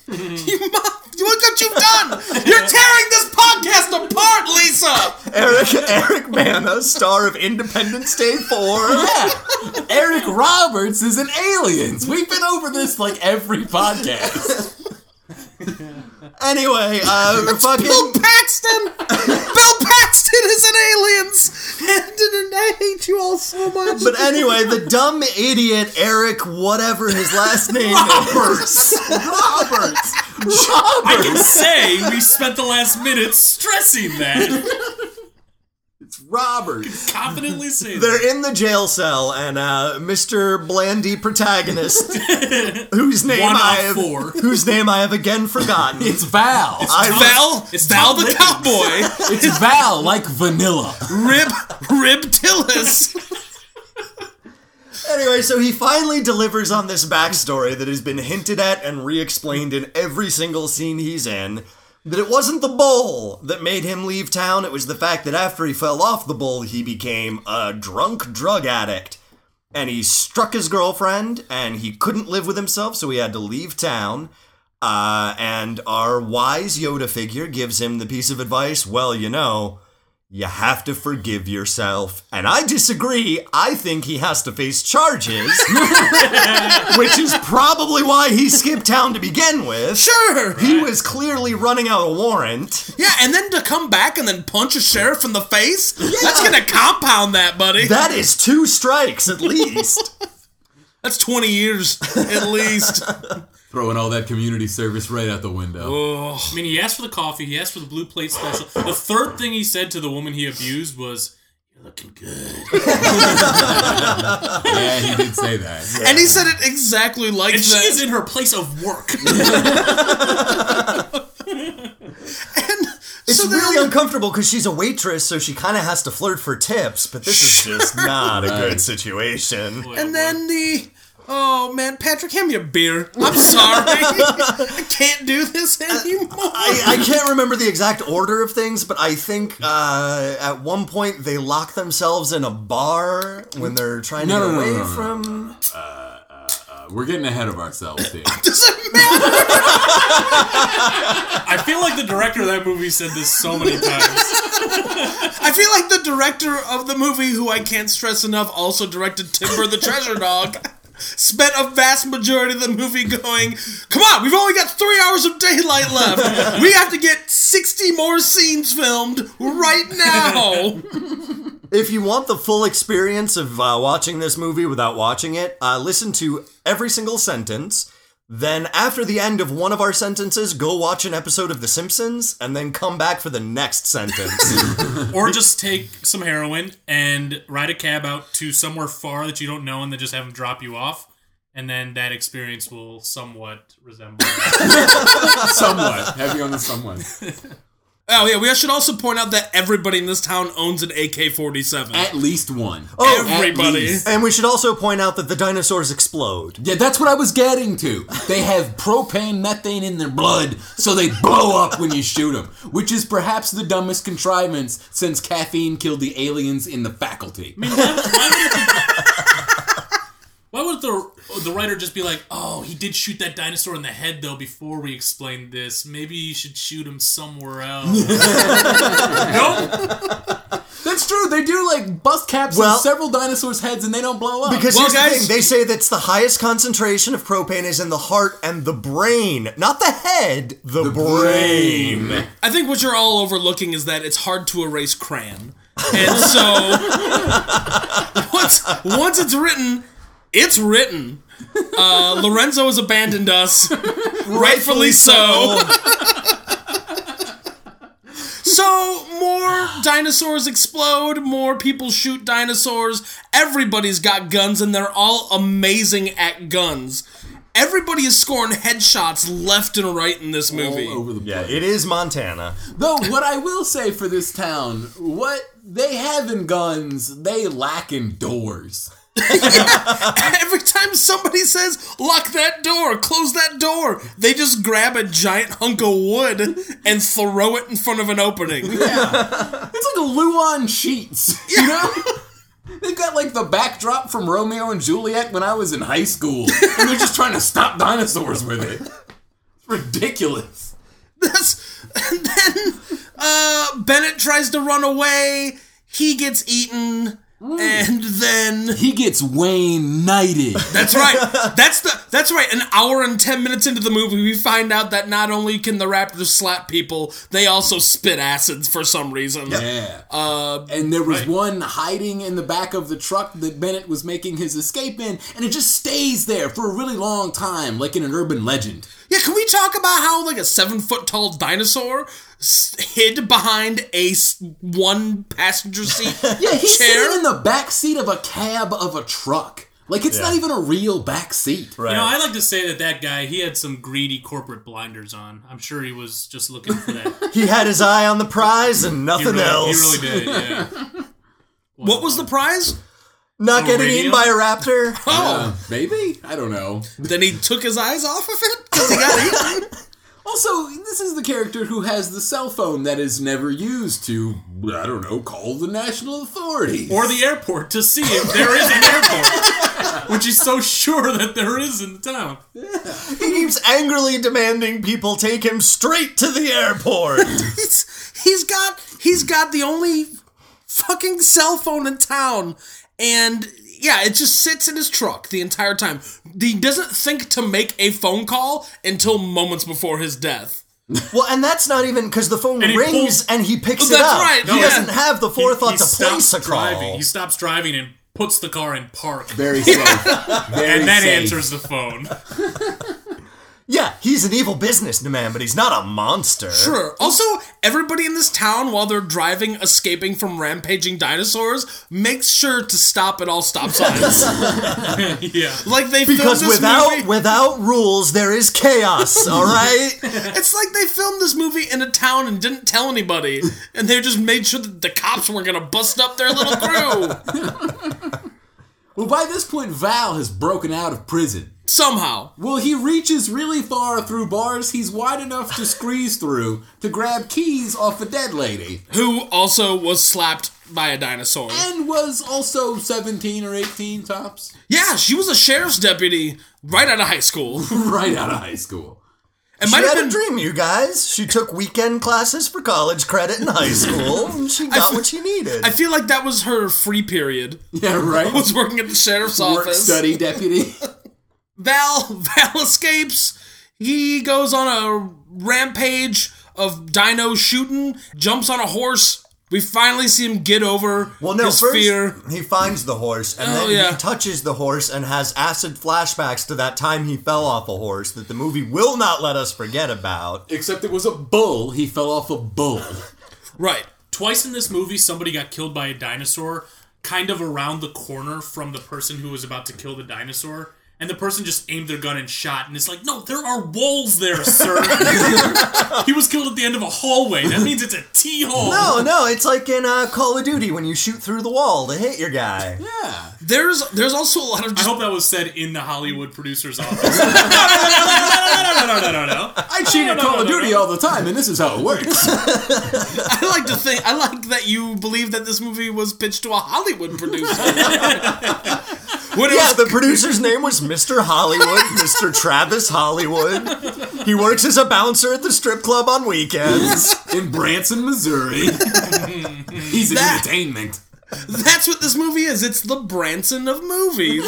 Speaker 2: <laughs>
Speaker 1: you mo- look what you've done! You're tearing this podcast apart, Lisa!
Speaker 4: <laughs>
Speaker 3: Eric Eric Bana, star of Independence Day 4.
Speaker 2: Eric Roberts is an aliens. We've been over this like every podcast.
Speaker 3: Anyway, uh,
Speaker 1: Bill
Speaker 3: fucking
Speaker 1: <laughs> Paxton! Bill Paxton is an aliens! And, and I hate you all so much.
Speaker 3: But anyway, the dumb idiot Eric, whatever his last name is.
Speaker 2: Roberts.
Speaker 4: I
Speaker 2: Roberts.
Speaker 4: can say we spent the last minute stressing that.
Speaker 2: Roberts.
Speaker 4: Confidently say that.
Speaker 3: They're in the jail cell, and uh, Mr. Blandy
Speaker 4: <laughs>
Speaker 3: protagonist, whose name
Speaker 4: One
Speaker 3: I
Speaker 4: out
Speaker 3: have,
Speaker 4: four.
Speaker 3: whose name I have again
Speaker 4: <laughs>
Speaker 3: forgotten.
Speaker 2: <laughs> It's Val.
Speaker 3: I was-
Speaker 1: Val,
Speaker 4: It's
Speaker 1: Val the
Speaker 4: Tom
Speaker 1: Cowboy,
Speaker 2: It's Val like vanilla.
Speaker 1: Rib, Rib Tillis.
Speaker 3: Anyway, so he finally delivers on this backstory that has been hinted at and re explained in every single scene he's in. That it wasn't the bull that made him leave town, it was the fact that after he fell off the bull, he became a drunk drug addict. And he struck his girlfriend, and he couldn't live with himself, so he had to leave town. Uh, and our wise Yoda figure gives him the piece of advice well, you know, You have to forgive yourself. And I disagree. I think he has to face charges, <laughs> which is probably why he skipped town to begin with.
Speaker 1: Sure.
Speaker 3: He was clearly running out of warrant.
Speaker 1: Yeah, and then to come back and then punch a sheriff in the face? That's gonna compound that, buddy.
Speaker 3: That is two strikes at least.
Speaker 1: <laughs> That's 20 years at <laughs> least.
Speaker 2: Throwing all that community service right out the window.
Speaker 4: I mean, he asked for the coffee. He asked for the blue plate special. The third thing he said to the woman he abused was, "You're looking good."
Speaker 2: Yeah, he did say that.
Speaker 1: And he said it exactly like
Speaker 4: And she
Speaker 1: that.
Speaker 4: is in her place of work.
Speaker 1: And
Speaker 3: It's
Speaker 1: so then-
Speaker 3: really uncomfortable because she's a waitress, so she kind of has to flirt for tips, but this
Speaker 1: <laughs>
Speaker 3: is just not a good situation.
Speaker 1: and then the oh man, Patrick, hand me a beer. <laughs> I'm sorry, I can't do this anymore.
Speaker 3: I, I can't remember the exact order of things, but I think uh, at one point they lock themselves in a bar when they're trying
Speaker 2: No,
Speaker 3: to
Speaker 2: no,
Speaker 3: get
Speaker 2: no,
Speaker 3: away
Speaker 2: no, no, no.
Speaker 3: from.
Speaker 2: Uh, We're getting ahead of ourselves <laughs> here.
Speaker 1: Doesn't matter.
Speaker 4: <laughs> I feel like the director of that movie said this so many times.
Speaker 1: I feel like the director of the movie, who I can't stress enough, also directed Timber the Treasure <laughs> Dog. Spent a vast majority of the movie going, Come on, we've only got three hours of daylight left. We have to get 60 more scenes filmed right now.
Speaker 3: If you want the full experience of uh, watching this movie without watching it, uh, listen to every single sentence. Then, after the end of one of our sentences, go watch an episode of The Simpsons and then come back for the
Speaker 2: <laughs>
Speaker 3: next sentence.
Speaker 4: Or just take some heroin and ride a cab out to somewhere far that you don't know, and then just have them drop you off, and then that experience will somewhat resemble.
Speaker 2: Somewhat. Heavy on the somewhat.
Speaker 1: <laughs> Oh, yeah, we should also point out that everybody in this town owns an AK 47.
Speaker 2: At least one.
Speaker 3: Oh,
Speaker 2: At
Speaker 1: everybody.
Speaker 2: least.
Speaker 3: and we should also point out that the dinosaurs explode.
Speaker 2: Yeah, that's what I was getting to. They have propane methane in their blood, so they blow up when you shoot them, which is perhaps the dumbest contrivance since caffeine killed the aliens in the faculty.
Speaker 4: <laughs> Why would the the writer just be like, "Oh, he did shoot that dinosaur in the head, though"? Before we explain this, maybe you should shoot him somewhere
Speaker 3: <laughs>
Speaker 4: else. nope.
Speaker 2: That's true. They do like bust caps on
Speaker 3: Well-
Speaker 2: several dinosaurs' heads, and they don't blow up.
Speaker 3: Because
Speaker 1: Well,
Speaker 3: here's the
Speaker 1: guys-
Speaker 3: thing, they say that's the highest concentration of propane is in the heart and the brain, not the head, the, brain.
Speaker 1: I think what you're all overlooking is that it's hard to erase crayon. And so <laughs> once, once it's written, it's written. Uh, Lorenzo has abandoned us, rightfully so. So more dinosaurs explode, more people shoot dinosaurs. Everybody's got guns, and they're all amazing at guns. Everybody is scoring headshots left and right in this movie.
Speaker 2: All over the
Speaker 3: Yeah,
Speaker 2: place.
Speaker 3: it is Montana.
Speaker 2: Though what I will say for this town, what they have in guns, they lack in doors.
Speaker 1: <laughs> Every time somebody says, lock that door, close that door, they just grab a giant hunk of wood and throw it in front of an opening. <laughs>
Speaker 2: It's like a Luan sheets, <laughs> you know. They've got like the backdrop from Romeo and Juliet when I was in high school, and they're just trying to stop dinosaurs with it. It's ridiculous.
Speaker 1: That's, and then uh, Bennett tries to run away, he gets eaten, and then.
Speaker 2: He gets Wayne
Speaker 1: <laughs>
Speaker 2: knighted.
Speaker 1: That's right. That's the that's right. An hour and ten minutes into the movie, we find out that not only can the raptors slap people, they also spit acids for some reason.
Speaker 2: Yeah. Um, and there was one hiding in the back of the truck that Bennett was making his escape in, and it just stays there for a really long time, like in an urban legend.
Speaker 1: Yeah, can we talk about how like a seven foot tall dinosaur s- hid behind a s- one passenger seat?
Speaker 2: <laughs> Yeah, he's
Speaker 1: Chair?
Speaker 2: sitting in the back seat of a cab of a truck. Like it's not even a real back seat.
Speaker 3: Right.
Speaker 4: You know, I like to say that that guy he had some greedy corporate blinders on. I'm sure he was just looking
Speaker 3: <laughs>
Speaker 4: for that.
Speaker 3: he had his eye on the prize and nothing
Speaker 4: He really,
Speaker 3: else.
Speaker 4: he really did. Yeah.
Speaker 1: what was the prize?
Speaker 3: Not
Speaker 4: Oh,
Speaker 3: getting
Speaker 4: radio?
Speaker 3: eaten by a raptor.
Speaker 1: Oh,
Speaker 2: Uh, maybe I don't know.
Speaker 1: then he took his eyes off of it because he got eaten.
Speaker 2: Also, this is the character who has the cell phone that is never used to I don't know call the national authorities.
Speaker 4: Or the airport to see if there is an
Speaker 3: <laughs>
Speaker 4: airport, which he's so sure that there is in the town.
Speaker 3: he keeps angrily demanding people take him straight to the airport.
Speaker 1: It's he's got he's got the only fucking cell phone in town and yeah it just sits in his truck the entire time he doesn't think to make a phone call until moments before his death
Speaker 3: Well, and that's not even because the phone
Speaker 4: And he
Speaker 3: rings
Speaker 4: pulls-
Speaker 3: and he picks
Speaker 1: That's
Speaker 3: it up.
Speaker 1: right,
Speaker 3: He
Speaker 1: yeah.
Speaker 3: doesn't have the forethought to place a call.
Speaker 4: driving. He stops driving and puts the car in park.
Speaker 2: Very safe. Very
Speaker 4: and that
Speaker 2: safe.
Speaker 4: answers the phone.
Speaker 3: Yeah, he's an evil businessman, but he's not a monster.
Speaker 1: Sure. Also, everybody in this town, while they're driving, escaping from rampaging dinosaurs, makes sure to stop at all stop
Speaker 3: <laughs>
Speaker 1: signs.
Speaker 4: yeah.
Speaker 1: like they filmed
Speaker 3: Because
Speaker 1: this
Speaker 3: without
Speaker 1: movie.
Speaker 3: without rules, there is
Speaker 1: <laughs>
Speaker 3: chaos. All right.
Speaker 1: It's like they filmed this movie in a town and didn't tell anybody, and they just made sure that the cops weren't gonna bust up their little crew
Speaker 2: Well, by this point, Val has broken out of prison.
Speaker 1: somehow.
Speaker 2: Well, he reaches really far through bars he's wide enough to squeeze through to grab keys off a dead lady.
Speaker 1: Who also was slapped by a dinosaur?
Speaker 2: And was also 17 or 18 tops. <laughs>
Speaker 1: Yeah, she was a sheriff's deputy right out of high school. <laughs>
Speaker 2: Right out of high school.
Speaker 1: It
Speaker 3: She
Speaker 1: might have
Speaker 3: had a
Speaker 1: been.
Speaker 3: dream, you guys. She took weekend classes for college credit in high
Speaker 1: <laughs>
Speaker 3: school, and she got what she needed.
Speaker 1: I feel like that was her free period.
Speaker 2: Yeah, right?
Speaker 1: Was working at the sheriff's
Speaker 2: Work
Speaker 1: office.
Speaker 2: study deputy.
Speaker 1: Val <laughs> Val escapes. He goes on a rampage of dino shooting, jumps on a horse. We finally see him get over
Speaker 3: well, no,
Speaker 1: his
Speaker 3: first
Speaker 1: fear.
Speaker 3: he finds the horse, and
Speaker 1: Oh,
Speaker 3: then
Speaker 1: yeah.
Speaker 3: he touches the horse and has acid flashbacks to that time he fell off a horse that the movie will not let us forget about.
Speaker 2: Except it was a bull. He fell off a bull.
Speaker 1: Right.
Speaker 4: Twice in this movie, somebody got killed by a dinosaur, kind of around the corner from the person who was about to kill the dinosaur. And the person just aimed their gun and shot, and it's like, no, there are walls there, sir. <laughs> he was killed at the end of a hallway. That means it's a T hole.
Speaker 3: No, no, it's like in uh, Call of Duty when you shoot through the wall to hit your guy.
Speaker 2: Yeah.
Speaker 1: There's there's also a lot of
Speaker 4: I
Speaker 1: just
Speaker 4: hope that was said in the Hollywood producer's office. <laughs> no, no, no, no, no, no, no, no, no, no.
Speaker 2: I cheat at
Speaker 4: no,
Speaker 2: Call
Speaker 4: no,
Speaker 2: of
Speaker 4: no,
Speaker 2: Duty
Speaker 4: no.
Speaker 2: all the time, and this is how it
Speaker 1: <laughs>
Speaker 2: works.
Speaker 1: I like to think I like that you believe that this movie was pitched to a Hollywood producer. <laughs> when it
Speaker 3: Yeah,
Speaker 1: was
Speaker 2: <laughs>
Speaker 3: the producer's name was Mr. Hollywood, Mr. Travis Hollywood. He works as a bouncer at the strip club on weekends.
Speaker 2: In Branson,
Speaker 4: <laughs>
Speaker 2: Missouri. He's in
Speaker 1: That-
Speaker 2: entertainment.
Speaker 1: That's what this movie is. It's the Branson of movies.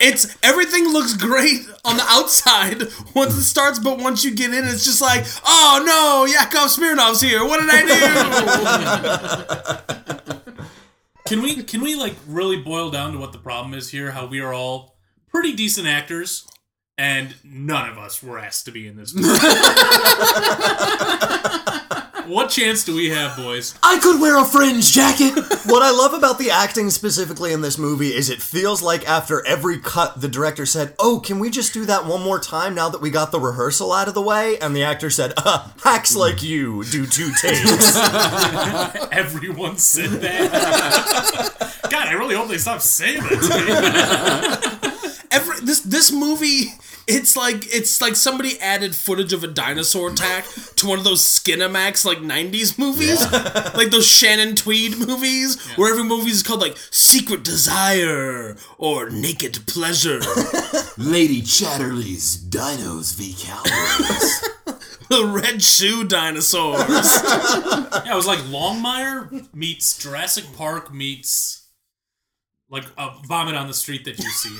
Speaker 1: it's everything looks great on the outside once it starts, but once you get in, it's just like, oh no, Yakov Smirnov's here. What did I do?
Speaker 4: Can we can we like really boil down to what the problem is here? How we are all pretty decent actors, and none of us were asked to be in
Speaker 2: <laughs>
Speaker 4: this. movie. what chance do we have, boys?
Speaker 2: I could wear a fringe jacket.
Speaker 3: What I love about the acting specifically in this movie is it feels like after every cut, the director said, Oh, can we just do that one more time now that we got the rehearsal out of the way? And the actor said, uh, Hacks like you do two takes.
Speaker 2: <laughs>
Speaker 4: Everyone said that.
Speaker 2: <laughs>
Speaker 4: God, I really hope they stop saying that.
Speaker 1: Every, this this movie, it's like it's like somebody added footage of a dinosaur attack to one of those Skinamax like '90s movies, <laughs> like those Shannon Tweed movies, where every movie is called like Secret Desire or Naked Pleasure. <laughs>
Speaker 2: Lady Chatterley's Dinos v
Speaker 4: <laughs>
Speaker 2: Cowboys.
Speaker 1: the red shoe dinosaurs.
Speaker 4: to me. Yeah, it was like Longmire meets Jurassic Park meets like a vomit on the street that you see.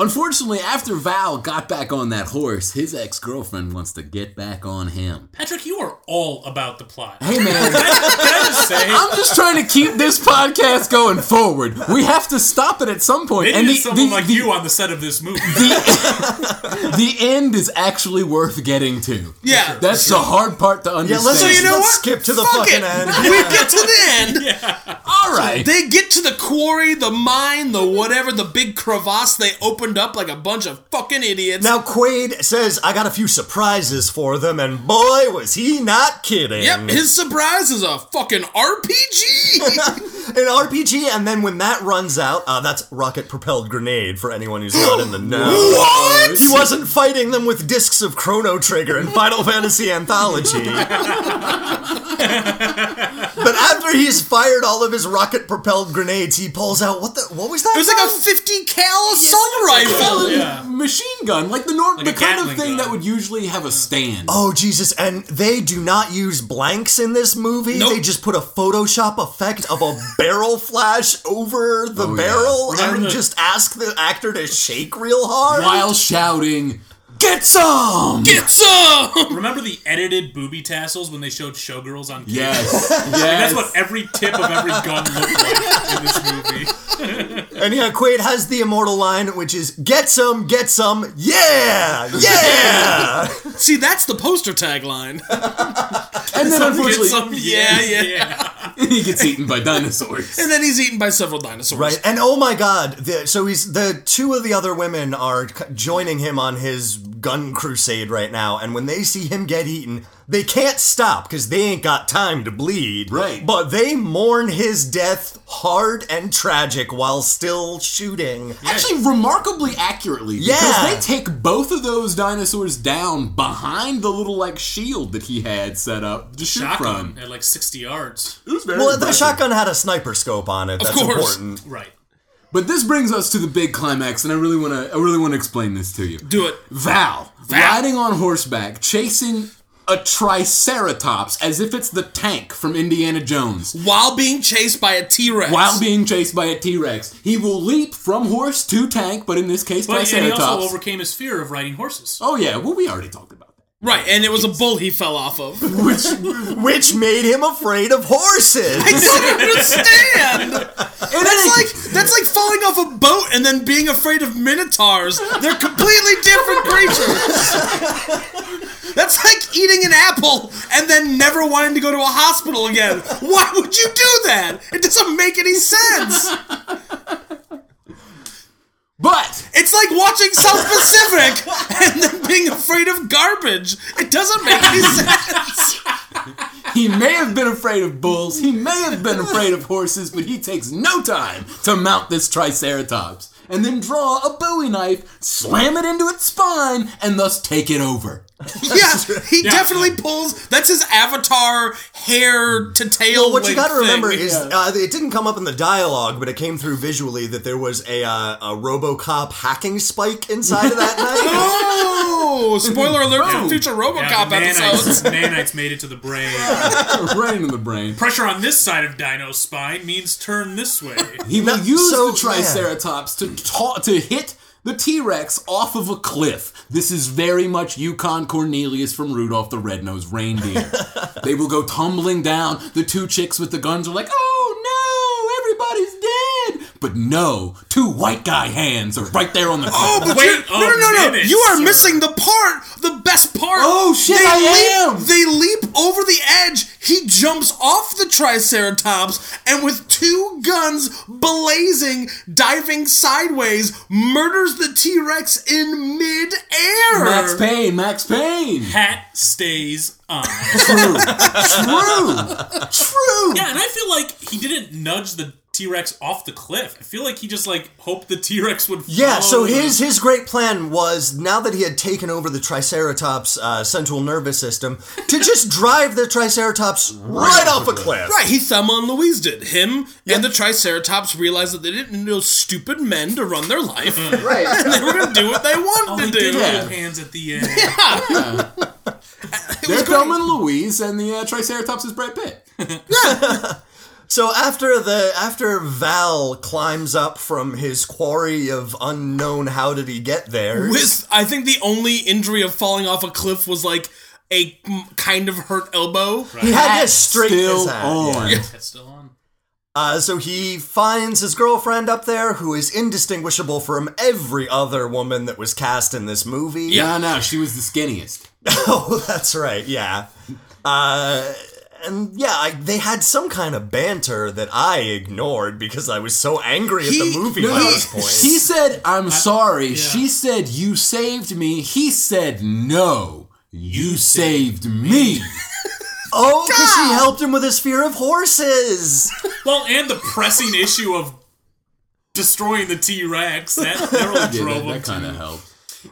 Speaker 2: Unfortunately, after Val got back on that horse, his ex girlfriend wants to get back on him.
Speaker 4: Patrick, you are all about the plot.
Speaker 2: Hey,
Speaker 4: <laughs>
Speaker 2: man.
Speaker 4: Can I just say?
Speaker 2: I'm just trying to keep this podcast going forward. We have to stop it at some point.
Speaker 4: Maybe
Speaker 2: and the,
Speaker 4: there's someone
Speaker 2: the-
Speaker 4: like
Speaker 2: the-
Speaker 4: you on the set of this movie.
Speaker 2: the <laughs> end is actually worth getting to.
Speaker 1: Yeah.
Speaker 2: That's the hard part to
Speaker 3: Yeah,
Speaker 2: understand.
Speaker 3: let's,
Speaker 1: So you know
Speaker 3: let's
Speaker 1: what?
Speaker 3: skip to the
Speaker 1: Fuck
Speaker 3: fucking
Speaker 1: it.
Speaker 3: end.
Speaker 1: we get to the
Speaker 3: <laughs>
Speaker 1: end.
Speaker 2: All right.
Speaker 1: They get to the quarry, the mine, the whatever, the big crevasse they opened up like a bunch of fucking idiots.
Speaker 3: Now, Quaid says, I got a few surprises for them, and boy, was he not kidding.
Speaker 1: Yep, his surprise is a fucking RPG.
Speaker 3: an RPG, and then when that runs out, uh, that's rocket propelled grenade for anyone who's not in the know.
Speaker 1: what?
Speaker 3: He wasn't fighting them with discs of Chrono Trigger and Final Fantasy Anthology. but after he's fired all of his rocket <laughs> propelled grenades, he pulls out what the what was that? <laughs>
Speaker 1: It was like a 50 cal assault rifle.
Speaker 4: yeah.
Speaker 2: machine gun, like the norm,
Speaker 4: Like
Speaker 2: the
Speaker 4: a
Speaker 2: kind of
Speaker 4: Gatling
Speaker 2: thing
Speaker 4: gun.
Speaker 2: that would usually have a stand.
Speaker 3: Oh Jesus! And they do not use blanks in this movie.
Speaker 1: Nope.
Speaker 3: They just put a Photoshop effect of a barrel flash over the
Speaker 2: Oh, yeah.
Speaker 3: barrel
Speaker 4: Remember
Speaker 3: and
Speaker 4: the-
Speaker 3: just ask the actor to shake real hard.
Speaker 2: while shouting, "Get some!"
Speaker 1: Get some!
Speaker 4: Remember the edited booby tassels when they showed showgirls on cable? <laughs>
Speaker 2: Yes, yes.
Speaker 4: That's what every tip of every gun looked like in this movie.
Speaker 3: And yeah, Quaid has the immortal line, which is "Get some, get some, yeah, yeah."
Speaker 1: See, that's the poster
Speaker 3: <laughs>
Speaker 1: tagline.
Speaker 2: and then unfortunately,
Speaker 1: some- yeah, yeah,
Speaker 2: <laughs> he gets eaten by dinosaurs.
Speaker 1: And then he's eaten by several dinosaurs.
Speaker 3: right. And oh my God! The, so he's the two of the other women are c- joining him on his gun crusade right now, and when they see him get eaten. They can't stop because they ain't got time to bleed.
Speaker 2: Right.
Speaker 3: But they mourn his death hard and tragic while still shooting.
Speaker 2: Actually, remarkably accurately. Because
Speaker 3: Yeah.
Speaker 2: they take both of those dinosaurs down behind the little like shield that he had set up to shoot
Speaker 4: Shotgun
Speaker 2: from.
Speaker 4: at like 60 yards.
Speaker 2: It was very
Speaker 3: Well, the
Speaker 2: impressive.
Speaker 3: shotgun had a sniper scope on it. That's
Speaker 1: course.
Speaker 3: important.
Speaker 4: Right.
Speaker 2: But this brings us to the big climax, and I really want to. I really want to explain this to you.
Speaker 1: Do it.
Speaker 2: Val, riding on horseback, chasing a triceratops as if it's the tank from Indiana Jones.
Speaker 1: While being chased by a T Rex.
Speaker 2: While being chased by a T Rex, he will leap from horse to tank, but in this case,
Speaker 4: But yeah, he
Speaker 2: triceratops.
Speaker 4: also overcame his fear of riding horses.
Speaker 2: oh yeah, well we already talked about that.
Speaker 1: Right, and it was a bull he fell off
Speaker 3: <laughs>
Speaker 1: of. <laughs> I
Speaker 2: Which
Speaker 3: Which made him afraid of horses.
Speaker 1: don't understand! That's like that's like falling off a boat and then being afraid of minotaurs. They're completely different creatures. That's like eating an apple and then never wanting to go to a hospital again. Why would you do that? It doesn't make any sense.
Speaker 2: but
Speaker 1: It's like watching South Pacific and then being afraid of garbage. It doesn't make any sense.
Speaker 2: he may have been afraid of bulls, he may have been afraid of horses, but he takes no time to mount this triceratops and then draw a Bowie knife, slam it into its spine, and thus take it over. <laughs>
Speaker 1: Yeah, he definitely pulls. That's his avatar hair to tail.
Speaker 3: Well, what you
Speaker 1: wig
Speaker 3: got to
Speaker 1: thing.
Speaker 3: remember is uh, it didn't come up in the dialogue, but it came through visually that there was a uh, a RoboCop hacking spike inside of <laughs> that knife.
Speaker 1: Oh, spoiler alert for future
Speaker 4: Yeah,
Speaker 1: RoboCop
Speaker 4: the Manites,
Speaker 1: episodes.
Speaker 4: <laughs> Manites made it to the brain.
Speaker 2: right into the brain.
Speaker 4: Pressure on this side of Dino's spine means turn this way.
Speaker 2: He will use
Speaker 3: so-
Speaker 2: the Triceratops to ta- to hit the T Rex off of a cliff. This is very much Yukon Cornelius from Rudolph the Red-Nosed Reindeer. they will go tumbling down. The two chicks with the guns are like, "Oh no, everybody's dead!" But no, two white guy hands are right there on the.
Speaker 1: Oh,
Speaker 2: cliff.
Speaker 1: but
Speaker 4: Wait
Speaker 1: you're, no, no,
Speaker 4: a
Speaker 1: no, no!
Speaker 4: minute,
Speaker 1: You are
Speaker 4: sir.
Speaker 1: missing the part, the best part.
Speaker 2: Oh, shit,
Speaker 1: They
Speaker 2: I
Speaker 1: leap,
Speaker 2: am.
Speaker 1: They leap over the edge. He jumps off the Triceratops and, with two guns blazing, diving sideways, murders the T Rex in midair.
Speaker 2: Max Payne, Max Payne.
Speaker 4: Hat stays on.
Speaker 2: True, true, true.
Speaker 4: Yeah, and I feel like he didn't nudge the T Rex off the cliff. I feel like he just like hoped the T Rex would. Follow
Speaker 3: Yeah, so
Speaker 4: the-
Speaker 3: his his great plan was now that he had taken over the Triceratops' uh, central nervous system to <laughs> just drive the Triceratops right off a cliff.
Speaker 1: Right, he Thelma and Louise did. Him and the Triceratops realized that they didn't know stupid men to run their life. <laughs> right. And they were going to do what they wanted
Speaker 4: Mm-hmm. Oh,
Speaker 1: to
Speaker 4: they
Speaker 1: do. <laughs>
Speaker 4: did hold
Speaker 2: Yeah.
Speaker 4: hands at the end.
Speaker 2: They're filming Louise and the uh, Triceratops is Brad Pitt.
Speaker 3: So after the after Val climbs up from his quarry of unknown how did he get there?
Speaker 1: With, I think the only injury of falling off a cliff was like a mm, kind of hurt elbow.
Speaker 3: he had
Speaker 2: That's
Speaker 3: this straight
Speaker 2: still
Speaker 3: his hand, yeah.
Speaker 2: on.
Speaker 4: That's still on.
Speaker 3: Uh, so he finds his girlfriend up there, who is indistinguishable from every other woman that was cast in this movie.
Speaker 2: Yeah, no, she was the skinniest.
Speaker 3: <laughs> oh, that's right. Yeah. Uh, and yeah, I, they had some kind of banter that I ignored because I was so angry at
Speaker 1: He-
Speaker 3: the movie
Speaker 1: no,
Speaker 3: by
Speaker 1: he-
Speaker 3: this point.
Speaker 2: She said, I'm sorry. She said, You saved me. He said, No, you saved me.
Speaker 3: oh, because she helped him with his fear of horses.
Speaker 4: Well, and the pressing
Speaker 3: <laughs>
Speaker 4: issue of destroying the T Rex that really drove him to.
Speaker 2: helped.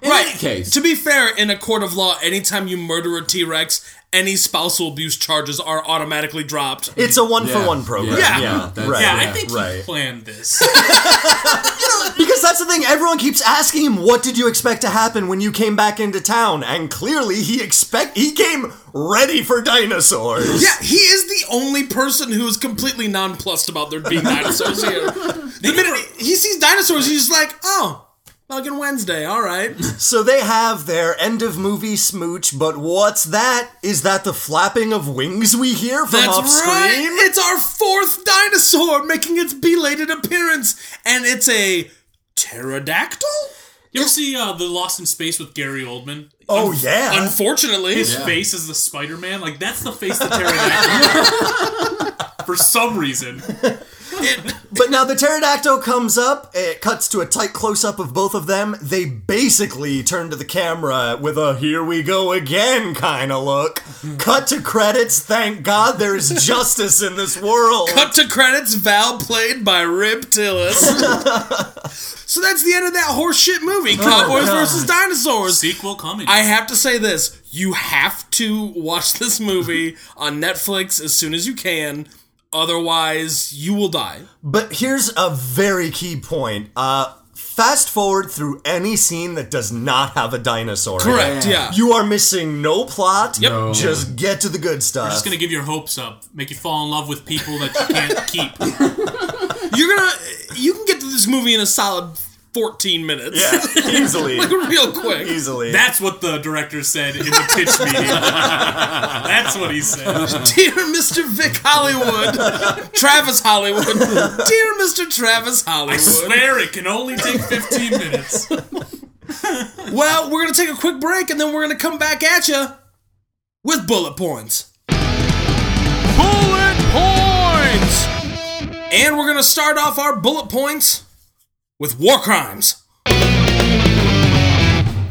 Speaker 2: In
Speaker 1: right.
Speaker 2: any case,
Speaker 1: To be fair, in a court of law, anytime you murder a T Rex, any spousal abuse charges are automatically dropped.
Speaker 3: It's a one for one
Speaker 2: Yeah.
Speaker 1: Yeah.
Speaker 3: program. Yeah,
Speaker 2: Yeah, that's-
Speaker 3: right.
Speaker 4: Yeah, I
Speaker 2: Yeah,
Speaker 4: think he
Speaker 3: right.
Speaker 4: planned this.
Speaker 3: Because that's the thing. Everyone keeps asking him, "What did you expect to happen when you came back into town?" And clearly, he expect he came ready for dinosaurs. <laughs>
Speaker 1: Yeah, he is the only person who is completely nonplussed about there being dinosaurs
Speaker 3: <laughs>
Speaker 1: here. The minute he sees dinosaurs, he's just like, oh, fucking Wednesday, all
Speaker 3: <laughs>
Speaker 1: right.
Speaker 3: So they have their end of movie smooch, but what's that? Is that the flapping of wings we hear from
Speaker 1: That's
Speaker 3: off
Speaker 1: right.
Speaker 3: screen?
Speaker 1: It's our fourth dinosaur making its belated appearance, and it's a pterodactyl.
Speaker 4: You ever see uh, the Lost in Space with Gary Oldman?
Speaker 3: Oh yeah.
Speaker 1: Unfortunately,
Speaker 4: His face is the Spider Man. Like that's the face that pterodactyl.
Speaker 3: <laughs>
Speaker 4: For some reason,
Speaker 1: it,
Speaker 3: But now the pterodactyl comes up, it cuts to a tight close up of both of them. They basically turn to the camera with a here we go again kind of look. Cut to credits. Thank God there
Speaker 1: <laughs>
Speaker 3: is justice in this world.
Speaker 1: Cut to credits, Val played by Rib
Speaker 3: <laughs>
Speaker 1: Tillis. so that's the end of that horseshit
Speaker 3: Oh,
Speaker 1: movie, Cowboys versus Dinosaurs.
Speaker 4: sequel coming.
Speaker 1: I have to say this. You have to watch this movie on Netflix as soon as you can. Otherwise, you will die.
Speaker 3: But here's a very key point. Uh fast forward through any scene that does not have a dinosaur. in it.
Speaker 1: Correct, yeah.
Speaker 3: You are missing no plot.
Speaker 1: Yep. No.
Speaker 3: Just get to the good stuff.
Speaker 4: just gonna give your hopes up, make you fall in love with people that you can't keep.
Speaker 1: You're gonna you can get to this movie in a solid 14 minutes.
Speaker 3: yeah, <laughs>
Speaker 1: <laughs>
Speaker 3: easily.
Speaker 1: Real quick.
Speaker 3: easily.
Speaker 4: That's what the director said in the pitch meeting.
Speaker 3: <laughs>
Speaker 4: That's what he said.
Speaker 1: Dear Mr. Vic Hollywood. Travis Hollywood. Dear Mr. Travis
Speaker 4: I
Speaker 1: Hollywood.
Speaker 4: swear it can only take 15 minutes.
Speaker 1: Well, we're going to take a quick break and then we're going to come back at you with bullet points. Bullet points! And we're going to start off our bullet points with war crimes.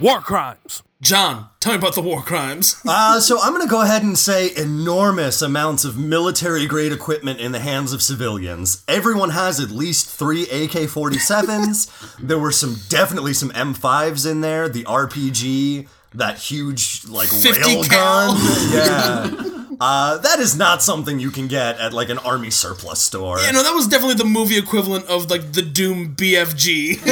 Speaker 1: War crimes. John, tell me about the war crimes.
Speaker 3: Uh, so I'm going to go ahead and say enormous amounts of military grade equipment in the hands of civilians. Everyone has at least three AK
Speaker 1: <laughs>
Speaker 3: 47s. there were some, definitely some M5s in there, the RPG, that huge, like,
Speaker 1: 50
Speaker 3: rail
Speaker 1: cal.
Speaker 3: gun.
Speaker 1: <laughs>
Speaker 3: Yeah. Uh, that is not something you can get at, like, an army surplus store.
Speaker 1: You know, that was definitely the movie equivalent of like the Doom <laughs> BFG.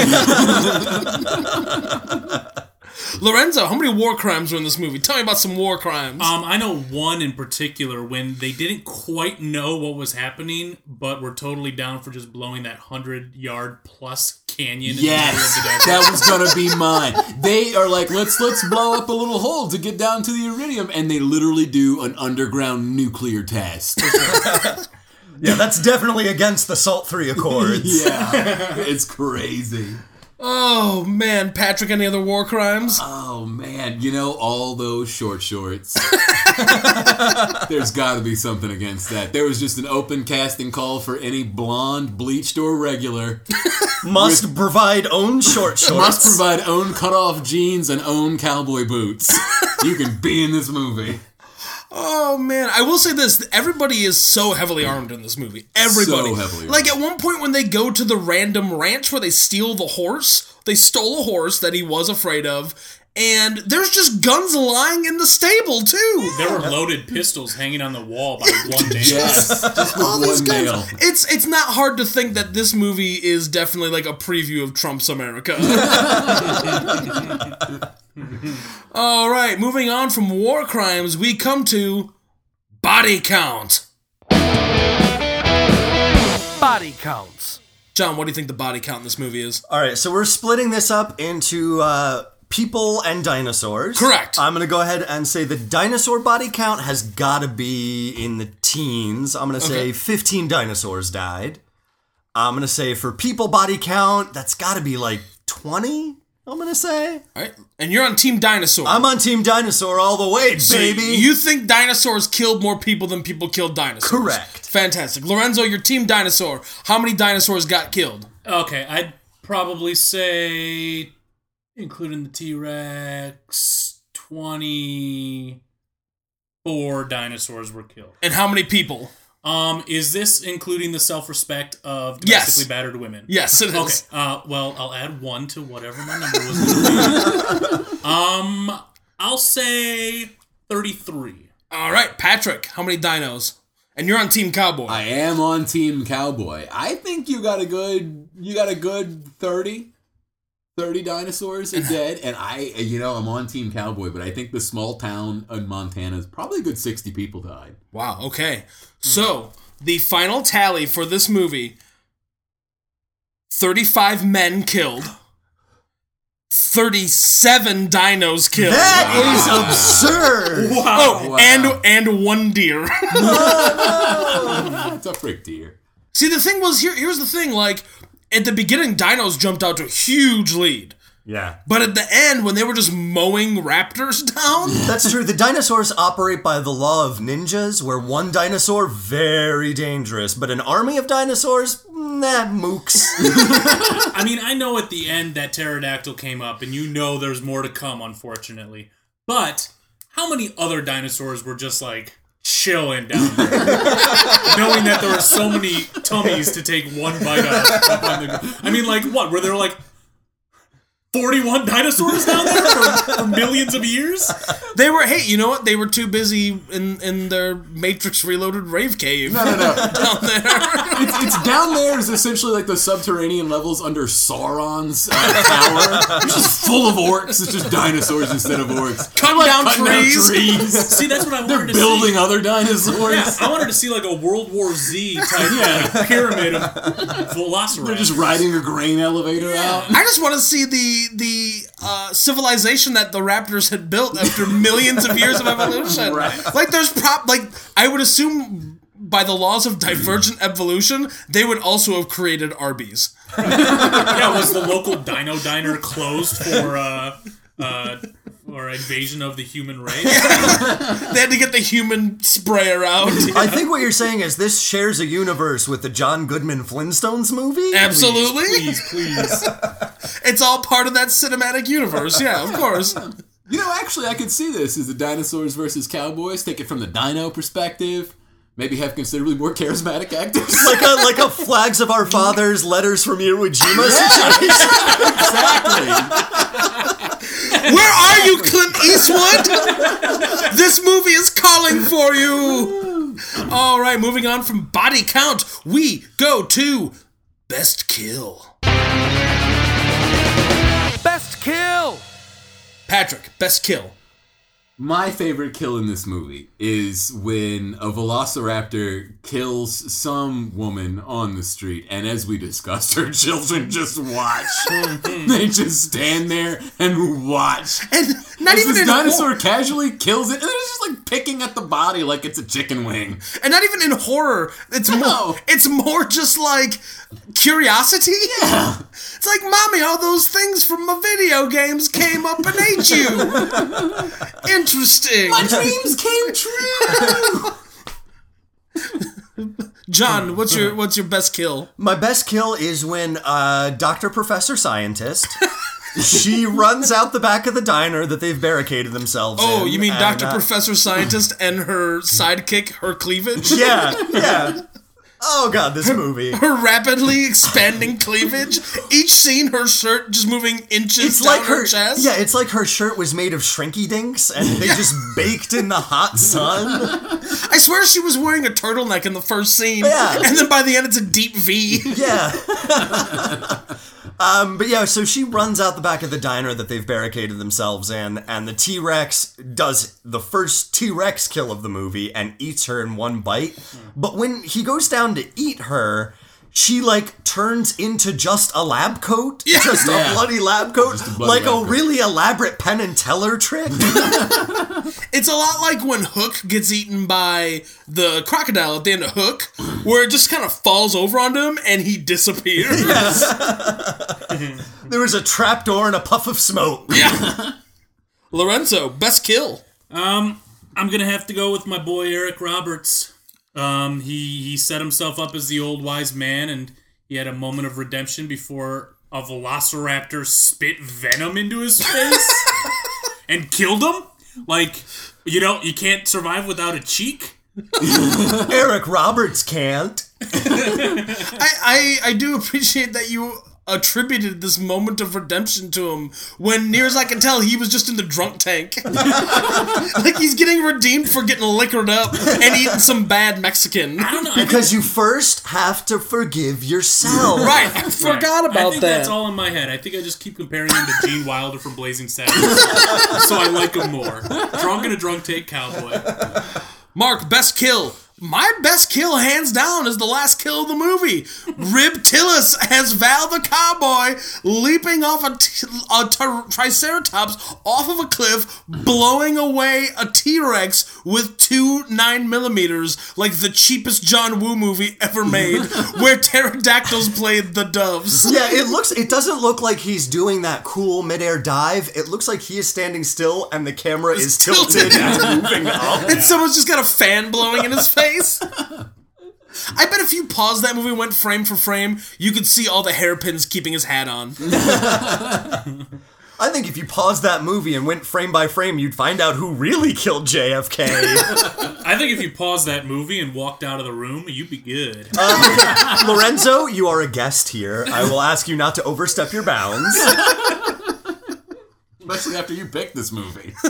Speaker 1: Lorenzo, how many war crimes were in this movie? Tell me about some war crimes.
Speaker 4: Um, I know one in particular when they didn't quite know what was happening, but were totally down for just blowing that hundred yard plus canyon.
Speaker 2: Yes, that was gonna be mine. They are like, let's let's blow up a little hole to get down to the iridium, and they literally do an underground nuclear test.
Speaker 3: yeah, that's definitely against the SALT
Speaker 1: <laughs>
Speaker 3: 3 Accords.
Speaker 2: yeah, it's crazy.
Speaker 1: Oh man, Patrick, any other war crimes?
Speaker 2: Oh man, you know all those
Speaker 1: <laughs>
Speaker 2: short shorts. There's got to be something against that. There was just an open casting call for any blonde, bleached, or regular.
Speaker 3: Must provide own short shorts.
Speaker 2: Must provide own cutoff jeans and own cowboy boots. You can be in this movie.
Speaker 1: Oh man, I will say this: everybody is so heavily armed in this movie. Everybody,
Speaker 2: So heavily
Speaker 1: like at one point when they go to the random ranch where they steal the horse, they stole a horse that he was afraid of, and there's just guns lying in the stable too.
Speaker 4: There were loaded pistols hanging on the wall by one day.
Speaker 2: Yes, just with
Speaker 1: All these
Speaker 2: one
Speaker 1: guns.
Speaker 2: nail.
Speaker 1: It's it's not hard to think that this movie is definitely like a preview of Trump's America. <laughs> All right, moving on from war crimes, we come to body count. Body counts. John, what do you think the body count in this movie is?
Speaker 3: All right, so we're splitting this up into uh, people and dinosaurs.
Speaker 1: Correct.
Speaker 3: I'm going to go ahead and say the dinosaur body count has got to be in the teens. I'm going to
Speaker 1: Okay.
Speaker 3: say 15 dinosaurs died. I'm going to say for people body count, that's got to be like 20. I'm going to say.
Speaker 1: All right, and you're on Team Dinosaur.
Speaker 3: I'm on Team Dinosaur all the way,
Speaker 1: So
Speaker 3: baby.
Speaker 1: You think dinosaurs killed more people than people killed dinosaurs?
Speaker 3: Correct.
Speaker 1: Fantastic, Lorenzo. Your Team Dinosaur. How many dinosaurs got killed?
Speaker 4: Okay, I'd probably say, including the T Rex, 24 dinosaurs were killed.
Speaker 1: And how many people?
Speaker 4: Um, is this including the self-respect of domestically
Speaker 1: Yes.
Speaker 4: battered women?
Speaker 1: Yes, it is.
Speaker 4: Okay. Uh, well, I'll add one to whatever my number was. um, I'll say thirty-three.
Speaker 1: All right, Patrick, how many dinos? And you're on Team Cowboy.
Speaker 2: I am on Team Cowboy. I think you got a good you got a good 30 30 dinosaurs are dead and I you know I'm on Team Cowboy, but I think the small town in Montana is probably a good 60 people
Speaker 4: <laughs>
Speaker 2: <laughs> died.
Speaker 1: wow, okay. So, the final tally for this movie 35 men killed, 37 dinos killed.
Speaker 3: That is
Speaker 1: <laughs>
Speaker 3: absurd.
Speaker 1: oh,
Speaker 2: Wow.
Speaker 1: and and one deer. <laughs>
Speaker 2: That's a frick deer.
Speaker 1: See, the thing was here. Here's the thing. Like at the beginning, dinos jumped out to a huge lead,
Speaker 3: Yeah.
Speaker 1: but at the end, when they were just mowing raptors <laughs> down,
Speaker 3: That's true. The dinosaurs operate by the law of ninjas, where one dinosaur very dangerous, but an army of dinosaurs, nah, mooks.
Speaker 1: <laughs>
Speaker 4: I mean, I know at the end that pterodactyl came up, and you know there's more to come, unfortunately. But how many other dinosaurs were just like chilling down there, knowing that there were so many tummies to take one bite out? of on the- I mean, like what? Were there like forty-one dinosaurs down there for, for millions of years?
Speaker 1: they were. Hey, you know what? They were too busy in in their Matrix Reloaded rave <laughs> cave.
Speaker 2: No, no, no.
Speaker 1: down there.
Speaker 2: It's, it's down there is essentially like the subterranean levels under Sauron's uh, tower. It's just full of orcs. It's just dinosaurs instead of orcs.
Speaker 1: Cut down
Speaker 2: Cutting down
Speaker 1: trees.
Speaker 4: <laughs>
Speaker 2: trees.
Speaker 4: See, that's what I wanted to see.
Speaker 2: building other dinosaurs.
Speaker 4: <laughs> Yeah, I wanted to see like a World War Z type like, pyramid of velociraptors.
Speaker 2: They're just riding a grain elevator out.
Speaker 1: Uh, I just want to see the the uh, civilization that the Raptors had built after millions of years of evolution.
Speaker 2: Right.
Speaker 1: Like there's prop like I would assume by the laws of divergent evolution, they would also have created Arby's.
Speaker 4: Yeah, was the local dino diner closed for uh, uh, or invasion of the human
Speaker 2: <laughs>
Speaker 4: race?
Speaker 1: They had to get the human sprayer out.
Speaker 3: I think what you're saying is this shares a universe with the John Goodman Flintstones movie.
Speaker 1: Absolutely.
Speaker 4: Please, please.
Speaker 1: It's all part of that cinematic universe. Yeah, of course.
Speaker 2: You know, actually, I could see this as the dinosaurs versus cowboys. Take it from the dino perspective. Maybe have considerably more <laughs> charismatic actors.
Speaker 3: Like a like a flags of our fathers, letters from Iwo Jima situation.
Speaker 2: exactly.
Speaker 1: Where are you, Clint Eastwood? this movie is calling for you. All right, moving on from body count, we go to best kill. Best kill. Patrick, best kill.
Speaker 2: <laughs> My favorite kill in this movie is when a velociraptor kills some woman on the street, and as we discussed, her children
Speaker 1: <laughs>
Speaker 2: just watch. they just stand there and watch.
Speaker 1: And not
Speaker 2: As
Speaker 1: even
Speaker 2: this
Speaker 1: in
Speaker 2: dinosaur
Speaker 1: horror,
Speaker 2: casually kills it, and it's just like picking at the body like it's a
Speaker 1: <laughs>
Speaker 2: chicken wing.
Speaker 1: and not even in horror. It's more
Speaker 2: No.
Speaker 1: it's more just like curiosity. Yeah. <laughs> It's like, "Mommy, all those things from my video games came up and ate
Speaker 3: <laughs>
Speaker 1: you." Interesting.
Speaker 2: My dreams came true.
Speaker 1: John, what's your what's your best kill?
Speaker 3: My best kill is when uh, Dr. Professor Scientist. she runs out the back of the diner that they've barricaded themselves in.
Speaker 1: Oh, you mean
Speaker 3: and,
Speaker 1: Doctor
Speaker 3: uh,
Speaker 1: Professor Scientist and her sidekick, her cleavage,
Speaker 3: Yeah, yeah. Oh god, this movie.
Speaker 1: <laughs> her rapidly expanding cleavage. Each scene, her shirt just moving inches
Speaker 3: It's
Speaker 1: down
Speaker 3: like her,
Speaker 1: chest.
Speaker 3: yeah. It's like her shirt was made of shrinky dinks, and they just baked in the
Speaker 2: <laughs>
Speaker 3: hot sun.
Speaker 1: I swear she was wearing a turtleneck in the first scene,
Speaker 3: Yeah.
Speaker 1: and then by the end, it's a deep
Speaker 3: <laughs>
Speaker 1: V.
Speaker 3: Yeah. um, but yeah, so she runs out the back of the diner that they've barricaded themselves in, and the T Rex does the first T Rex kill of the movie and eats her in one bite.
Speaker 2: Hmm.
Speaker 3: But when he goes down to eat her, she like turns into just a lab coat, just
Speaker 2: Yeah.
Speaker 3: a bloody lab coat,
Speaker 2: bloody
Speaker 3: like
Speaker 2: lab
Speaker 3: a
Speaker 2: coat.
Speaker 3: really elaborate Penn and Teller
Speaker 2: <laughs>
Speaker 3: trick.
Speaker 1: It's a lot like when Hook gets eaten by the crocodile at the end of Hook, where it just kind of falls over onto him and he disappears.
Speaker 4: <laughs>
Speaker 3: there was a trapdoor and a puff of smoke.
Speaker 1: Lorenzo, best kill.
Speaker 4: Um, I'm gonna have to go with my boy Eric Roberts. Um, he he set himself up as the old wise man, and he had a moment of redemption before a velociraptor spit venom into his
Speaker 1: <laughs>
Speaker 4: face and killed him. Like, you know, you can't survive without a cheek.
Speaker 3: Eric Roberts can't.
Speaker 1: I, I I do appreciate that you attributed this moment of redemption to him when near as I can tell he was just in the drunk tank. <laughs> like he's getting redeemed for getting liquored up and eating some bad Mexican.
Speaker 4: I don't know. I think-
Speaker 3: Because you first have to forgive yourself.
Speaker 1: Right, I forgot
Speaker 4: I
Speaker 1: about
Speaker 4: think
Speaker 1: that.
Speaker 4: that's all in my head. I think I just keep comparing him to Gene Wilder from Blazing Saddles, so I like him more. Drunk and a drunk take cowboy.
Speaker 1: Mark, best kill. My best kill, hands down, is the last kill of the movie. Rib Tillis as Val the cowboy leaping off a, t- a ter- triceratops off of a cliff, blowing away a T Rex with two 9 millimeters, like the cheapest John Woo movie ever made, where pterodactyls played the doves.
Speaker 3: Yeah, it looks. It doesn't look like he's doing that cool midair dive. It looks like he is standing still, and the camera is tilted,
Speaker 1: tilted.
Speaker 3: and moving up.
Speaker 1: And someone's just got a fan blowing in his face. I bet if you paused that movie and went frame for frame, you could see all the hairpins keeping his hat on.
Speaker 3: I think if you paused that movie and went frame by frame, you'd find out who really killed JFK.
Speaker 4: I think if you pause that movie and walked out of the room, you'd be good.
Speaker 3: Lorenzo, you are a guest here. I will ask you not to overstep your bounds.
Speaker 2: Especially after you picked this movie. <laughs>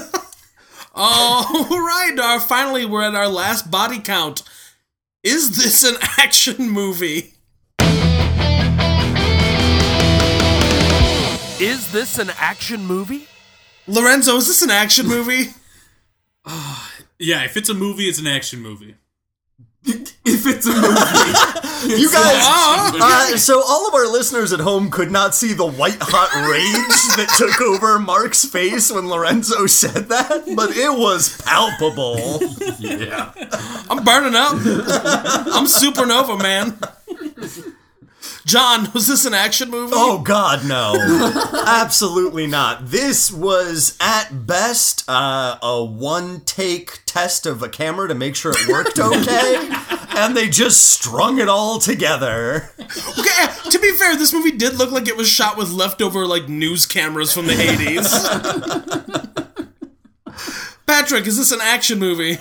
Speaker 1: All <laughs> right, our, finally, we're at our last body count. Is this an <laughs> action movie?
Speaker 5: Is this an action movie?
Speaker 1: Lorenzo, is this an
Speaker 5: <laughs>
Speaker 1: action movie?
Speaker 4: yeah, if it's a movie, it's an action movie.
Speaker 2: if it's a movie.
Speaker 3: You guys.
Speaker 1: <laughs> Oh,
Speaker 3: Uh, so all of our listeners at home could not see the white hot rage that took over Mark's face when Lorenzo said that, but it was palpable.
Speaker 2: yeah.
Speaker 1: I'm burning up. I'm supernova, man. John, was this an action movie?
Speaker 3: Oh God, no! Absolutely not. This was at best uh, a one-take test of a camera to make sure it worked okay, and they just strung it all together.
Speaker 1: Okay, eh, to be fair, this movie did look like it was shot with leftover like news cameras from the 80s. Patrick, is this an action movie?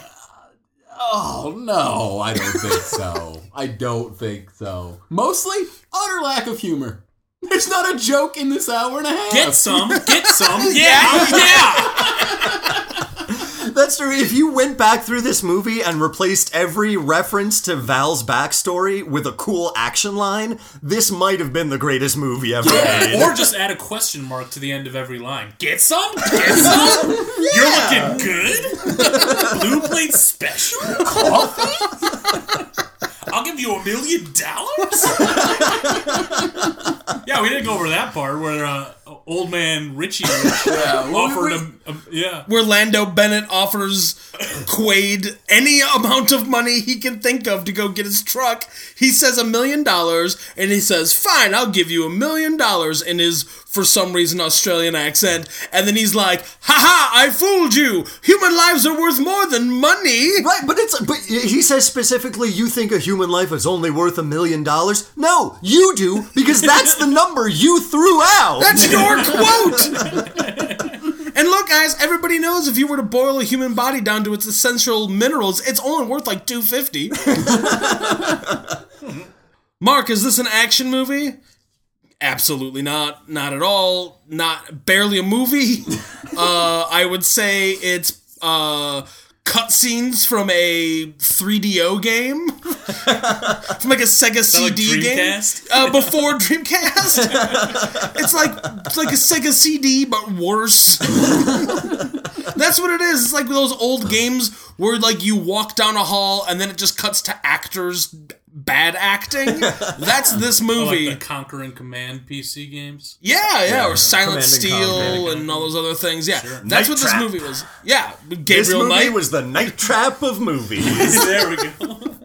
Speaker 2: Oh, no, I don't think so. I don't think so. Mostly, utter lack of humor. There's not a joke in this hour and a half.
Speaker 4: Get some, get some, yeah, yeah.
Speaker 3: That's true. If you went back through this movie and replaced every reference to Val's backstory with a cool action line, this might have been the greatest movie ever made.
Speaker 4: Or just add a question mark to the end of every line. Get some, get some. You're looking good. Blue plate special. Coffee. I'll give you a million dollars. Yeah, we didn't go over that part where uh, old man Richie <laughs> offered him. a- yeah.
Speaker 1: Where Lando Bennett offers Quaid any amount of money he can think of to go get his truck. He says a million dollars, and he says, Fine, I'll give you a million dollars in his, for some reason, Australian accent. And then he's like, Haha, I fooled you! Human lives are worth more than money!
Speaker 3: Right, but it's but he says specifically you think a human life is only worth a million dollars? No, you do because that's the number you threw out.
Speaker 1: That's your quote. and look, guys, everybody knows if you were to boil a human body down to its essential minerals, it's only worth like two fifty. Mark, is this an action movie? Absolutely not. Not at all. Not barely a movie. <laughs> uh, I would say it's uh, cutscenes from a 3DO game, <laughs> from like a Sega
Speaker 4: like
Speaker 1: CD game
Speaker 4: Dreamcast?
Speaker 1: uh, before <laughs> Dreamcast. it's like it's like a Sega CD, but worse. <laughs> That's what it is. It's like those old games where like you walk down a hall and then it just cuts to actors b- bad acting. That's this movie.
Speaker 4: Like the Conquer and Command PC games.
Speaker 1: yeah, yeah, or Silent
Speaker 3: Command and
Speaker 1: Steel
Speaker 3: Conquer.
Speaker 1: and all those other things. Yeah,
Speaker 3: Night
Speaker 1: that's what
Speaker 3: Trap.
Speaker 1: this movie was. Yeah,
Speaker 3: this
Speaker 1: Gabriel
Speaker 3: movie
Speaker 1: Knight.
Speaker 3: was the night trap of movies. <laughs>
Speaker 4: there we go.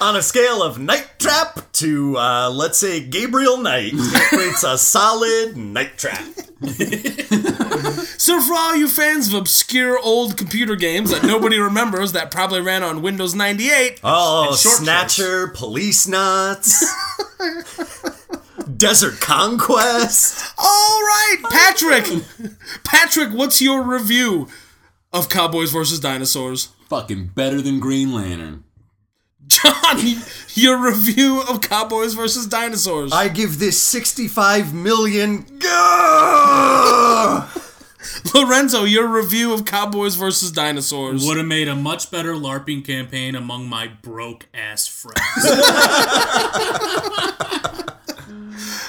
Speaker 3: On a scale of night trap to uh, let's say Gabriel Knight, it's a solid night trap.
Speaker 1: So for all you fans of obscure old computer games that nobody <laughs> remembers, that probably ran on Windows ninety eight.
Speaker 3: Oh,
Speaker 4: short
Speaker 3: Snatcher, Police Nuts, <laughs> Desert Conquest.
Speaker 1: <laughs> All right, Patrick. Patrick, what's your review? of Cowboys versus Dinosaurs. <laughs>
Speaker 2: Fucking better than Green Lantern.
Speaker 1: John, your review of Cowboys versus Dinosaurs.
Speaker 3: I give this 65 million. Gah!
Speaker 1: Lorenzo, your review of Cowboys versus Dinosaurs.
Speaker 4: Would have made a much better LARPing campaign among my broke ass friends.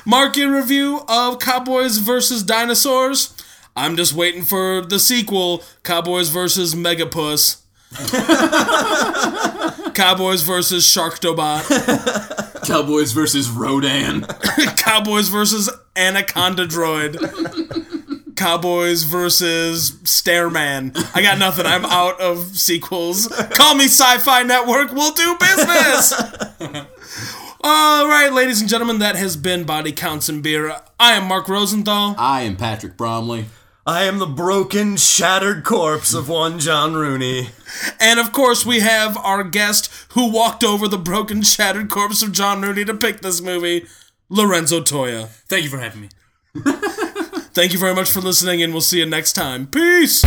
Speaker 1: Mark your review of Cowboys versus Dinosaurs. I'm just waiting for the sequel, Cowboys versus Megapus. <laughs> Cowboys versus Sharkdobot.
Speaker 2: Cowboys versus Rodan.
Speaker 1: <laughs> Cowboys versus Anaconda Droid. Cowboys versus Stairman. I got nothing. I'm out of sequels. Call me Sci Fi Network. We'll do business. <laughs> All right, ladies and gentlemen, that has been Body Counts and Beer. I am Mark Rosenthal.
Speaker 2: I am Patrick Bromley.
Speaker 3: I am the broken, shattered corpse of one John Rooney.
Speaker 1: And of course, we have our guest who walked over the broken, shattered corpse of John Rooney to pick this movie, Lorenzo Toya.
Speaker 4: Thank you for having me.
Speaker 1: Thank you very much for listening, and we'll see you next time. Peace.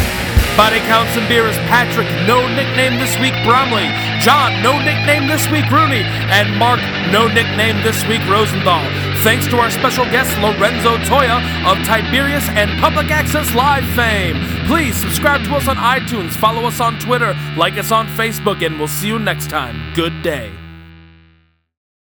Speaker 5: Body Counts and Beer is Patrick, no nickname this week Bromley, John, no nickname this week Rooney, and Mark, no nickname this week Rosenthal. Thanks to our special guest Lorenzo Toya of Tiberius and Public Access Live fame. Please subscribe to us on iTunes, follow us on Twitter, like us on Facebook, and we'll see you next time. Good day.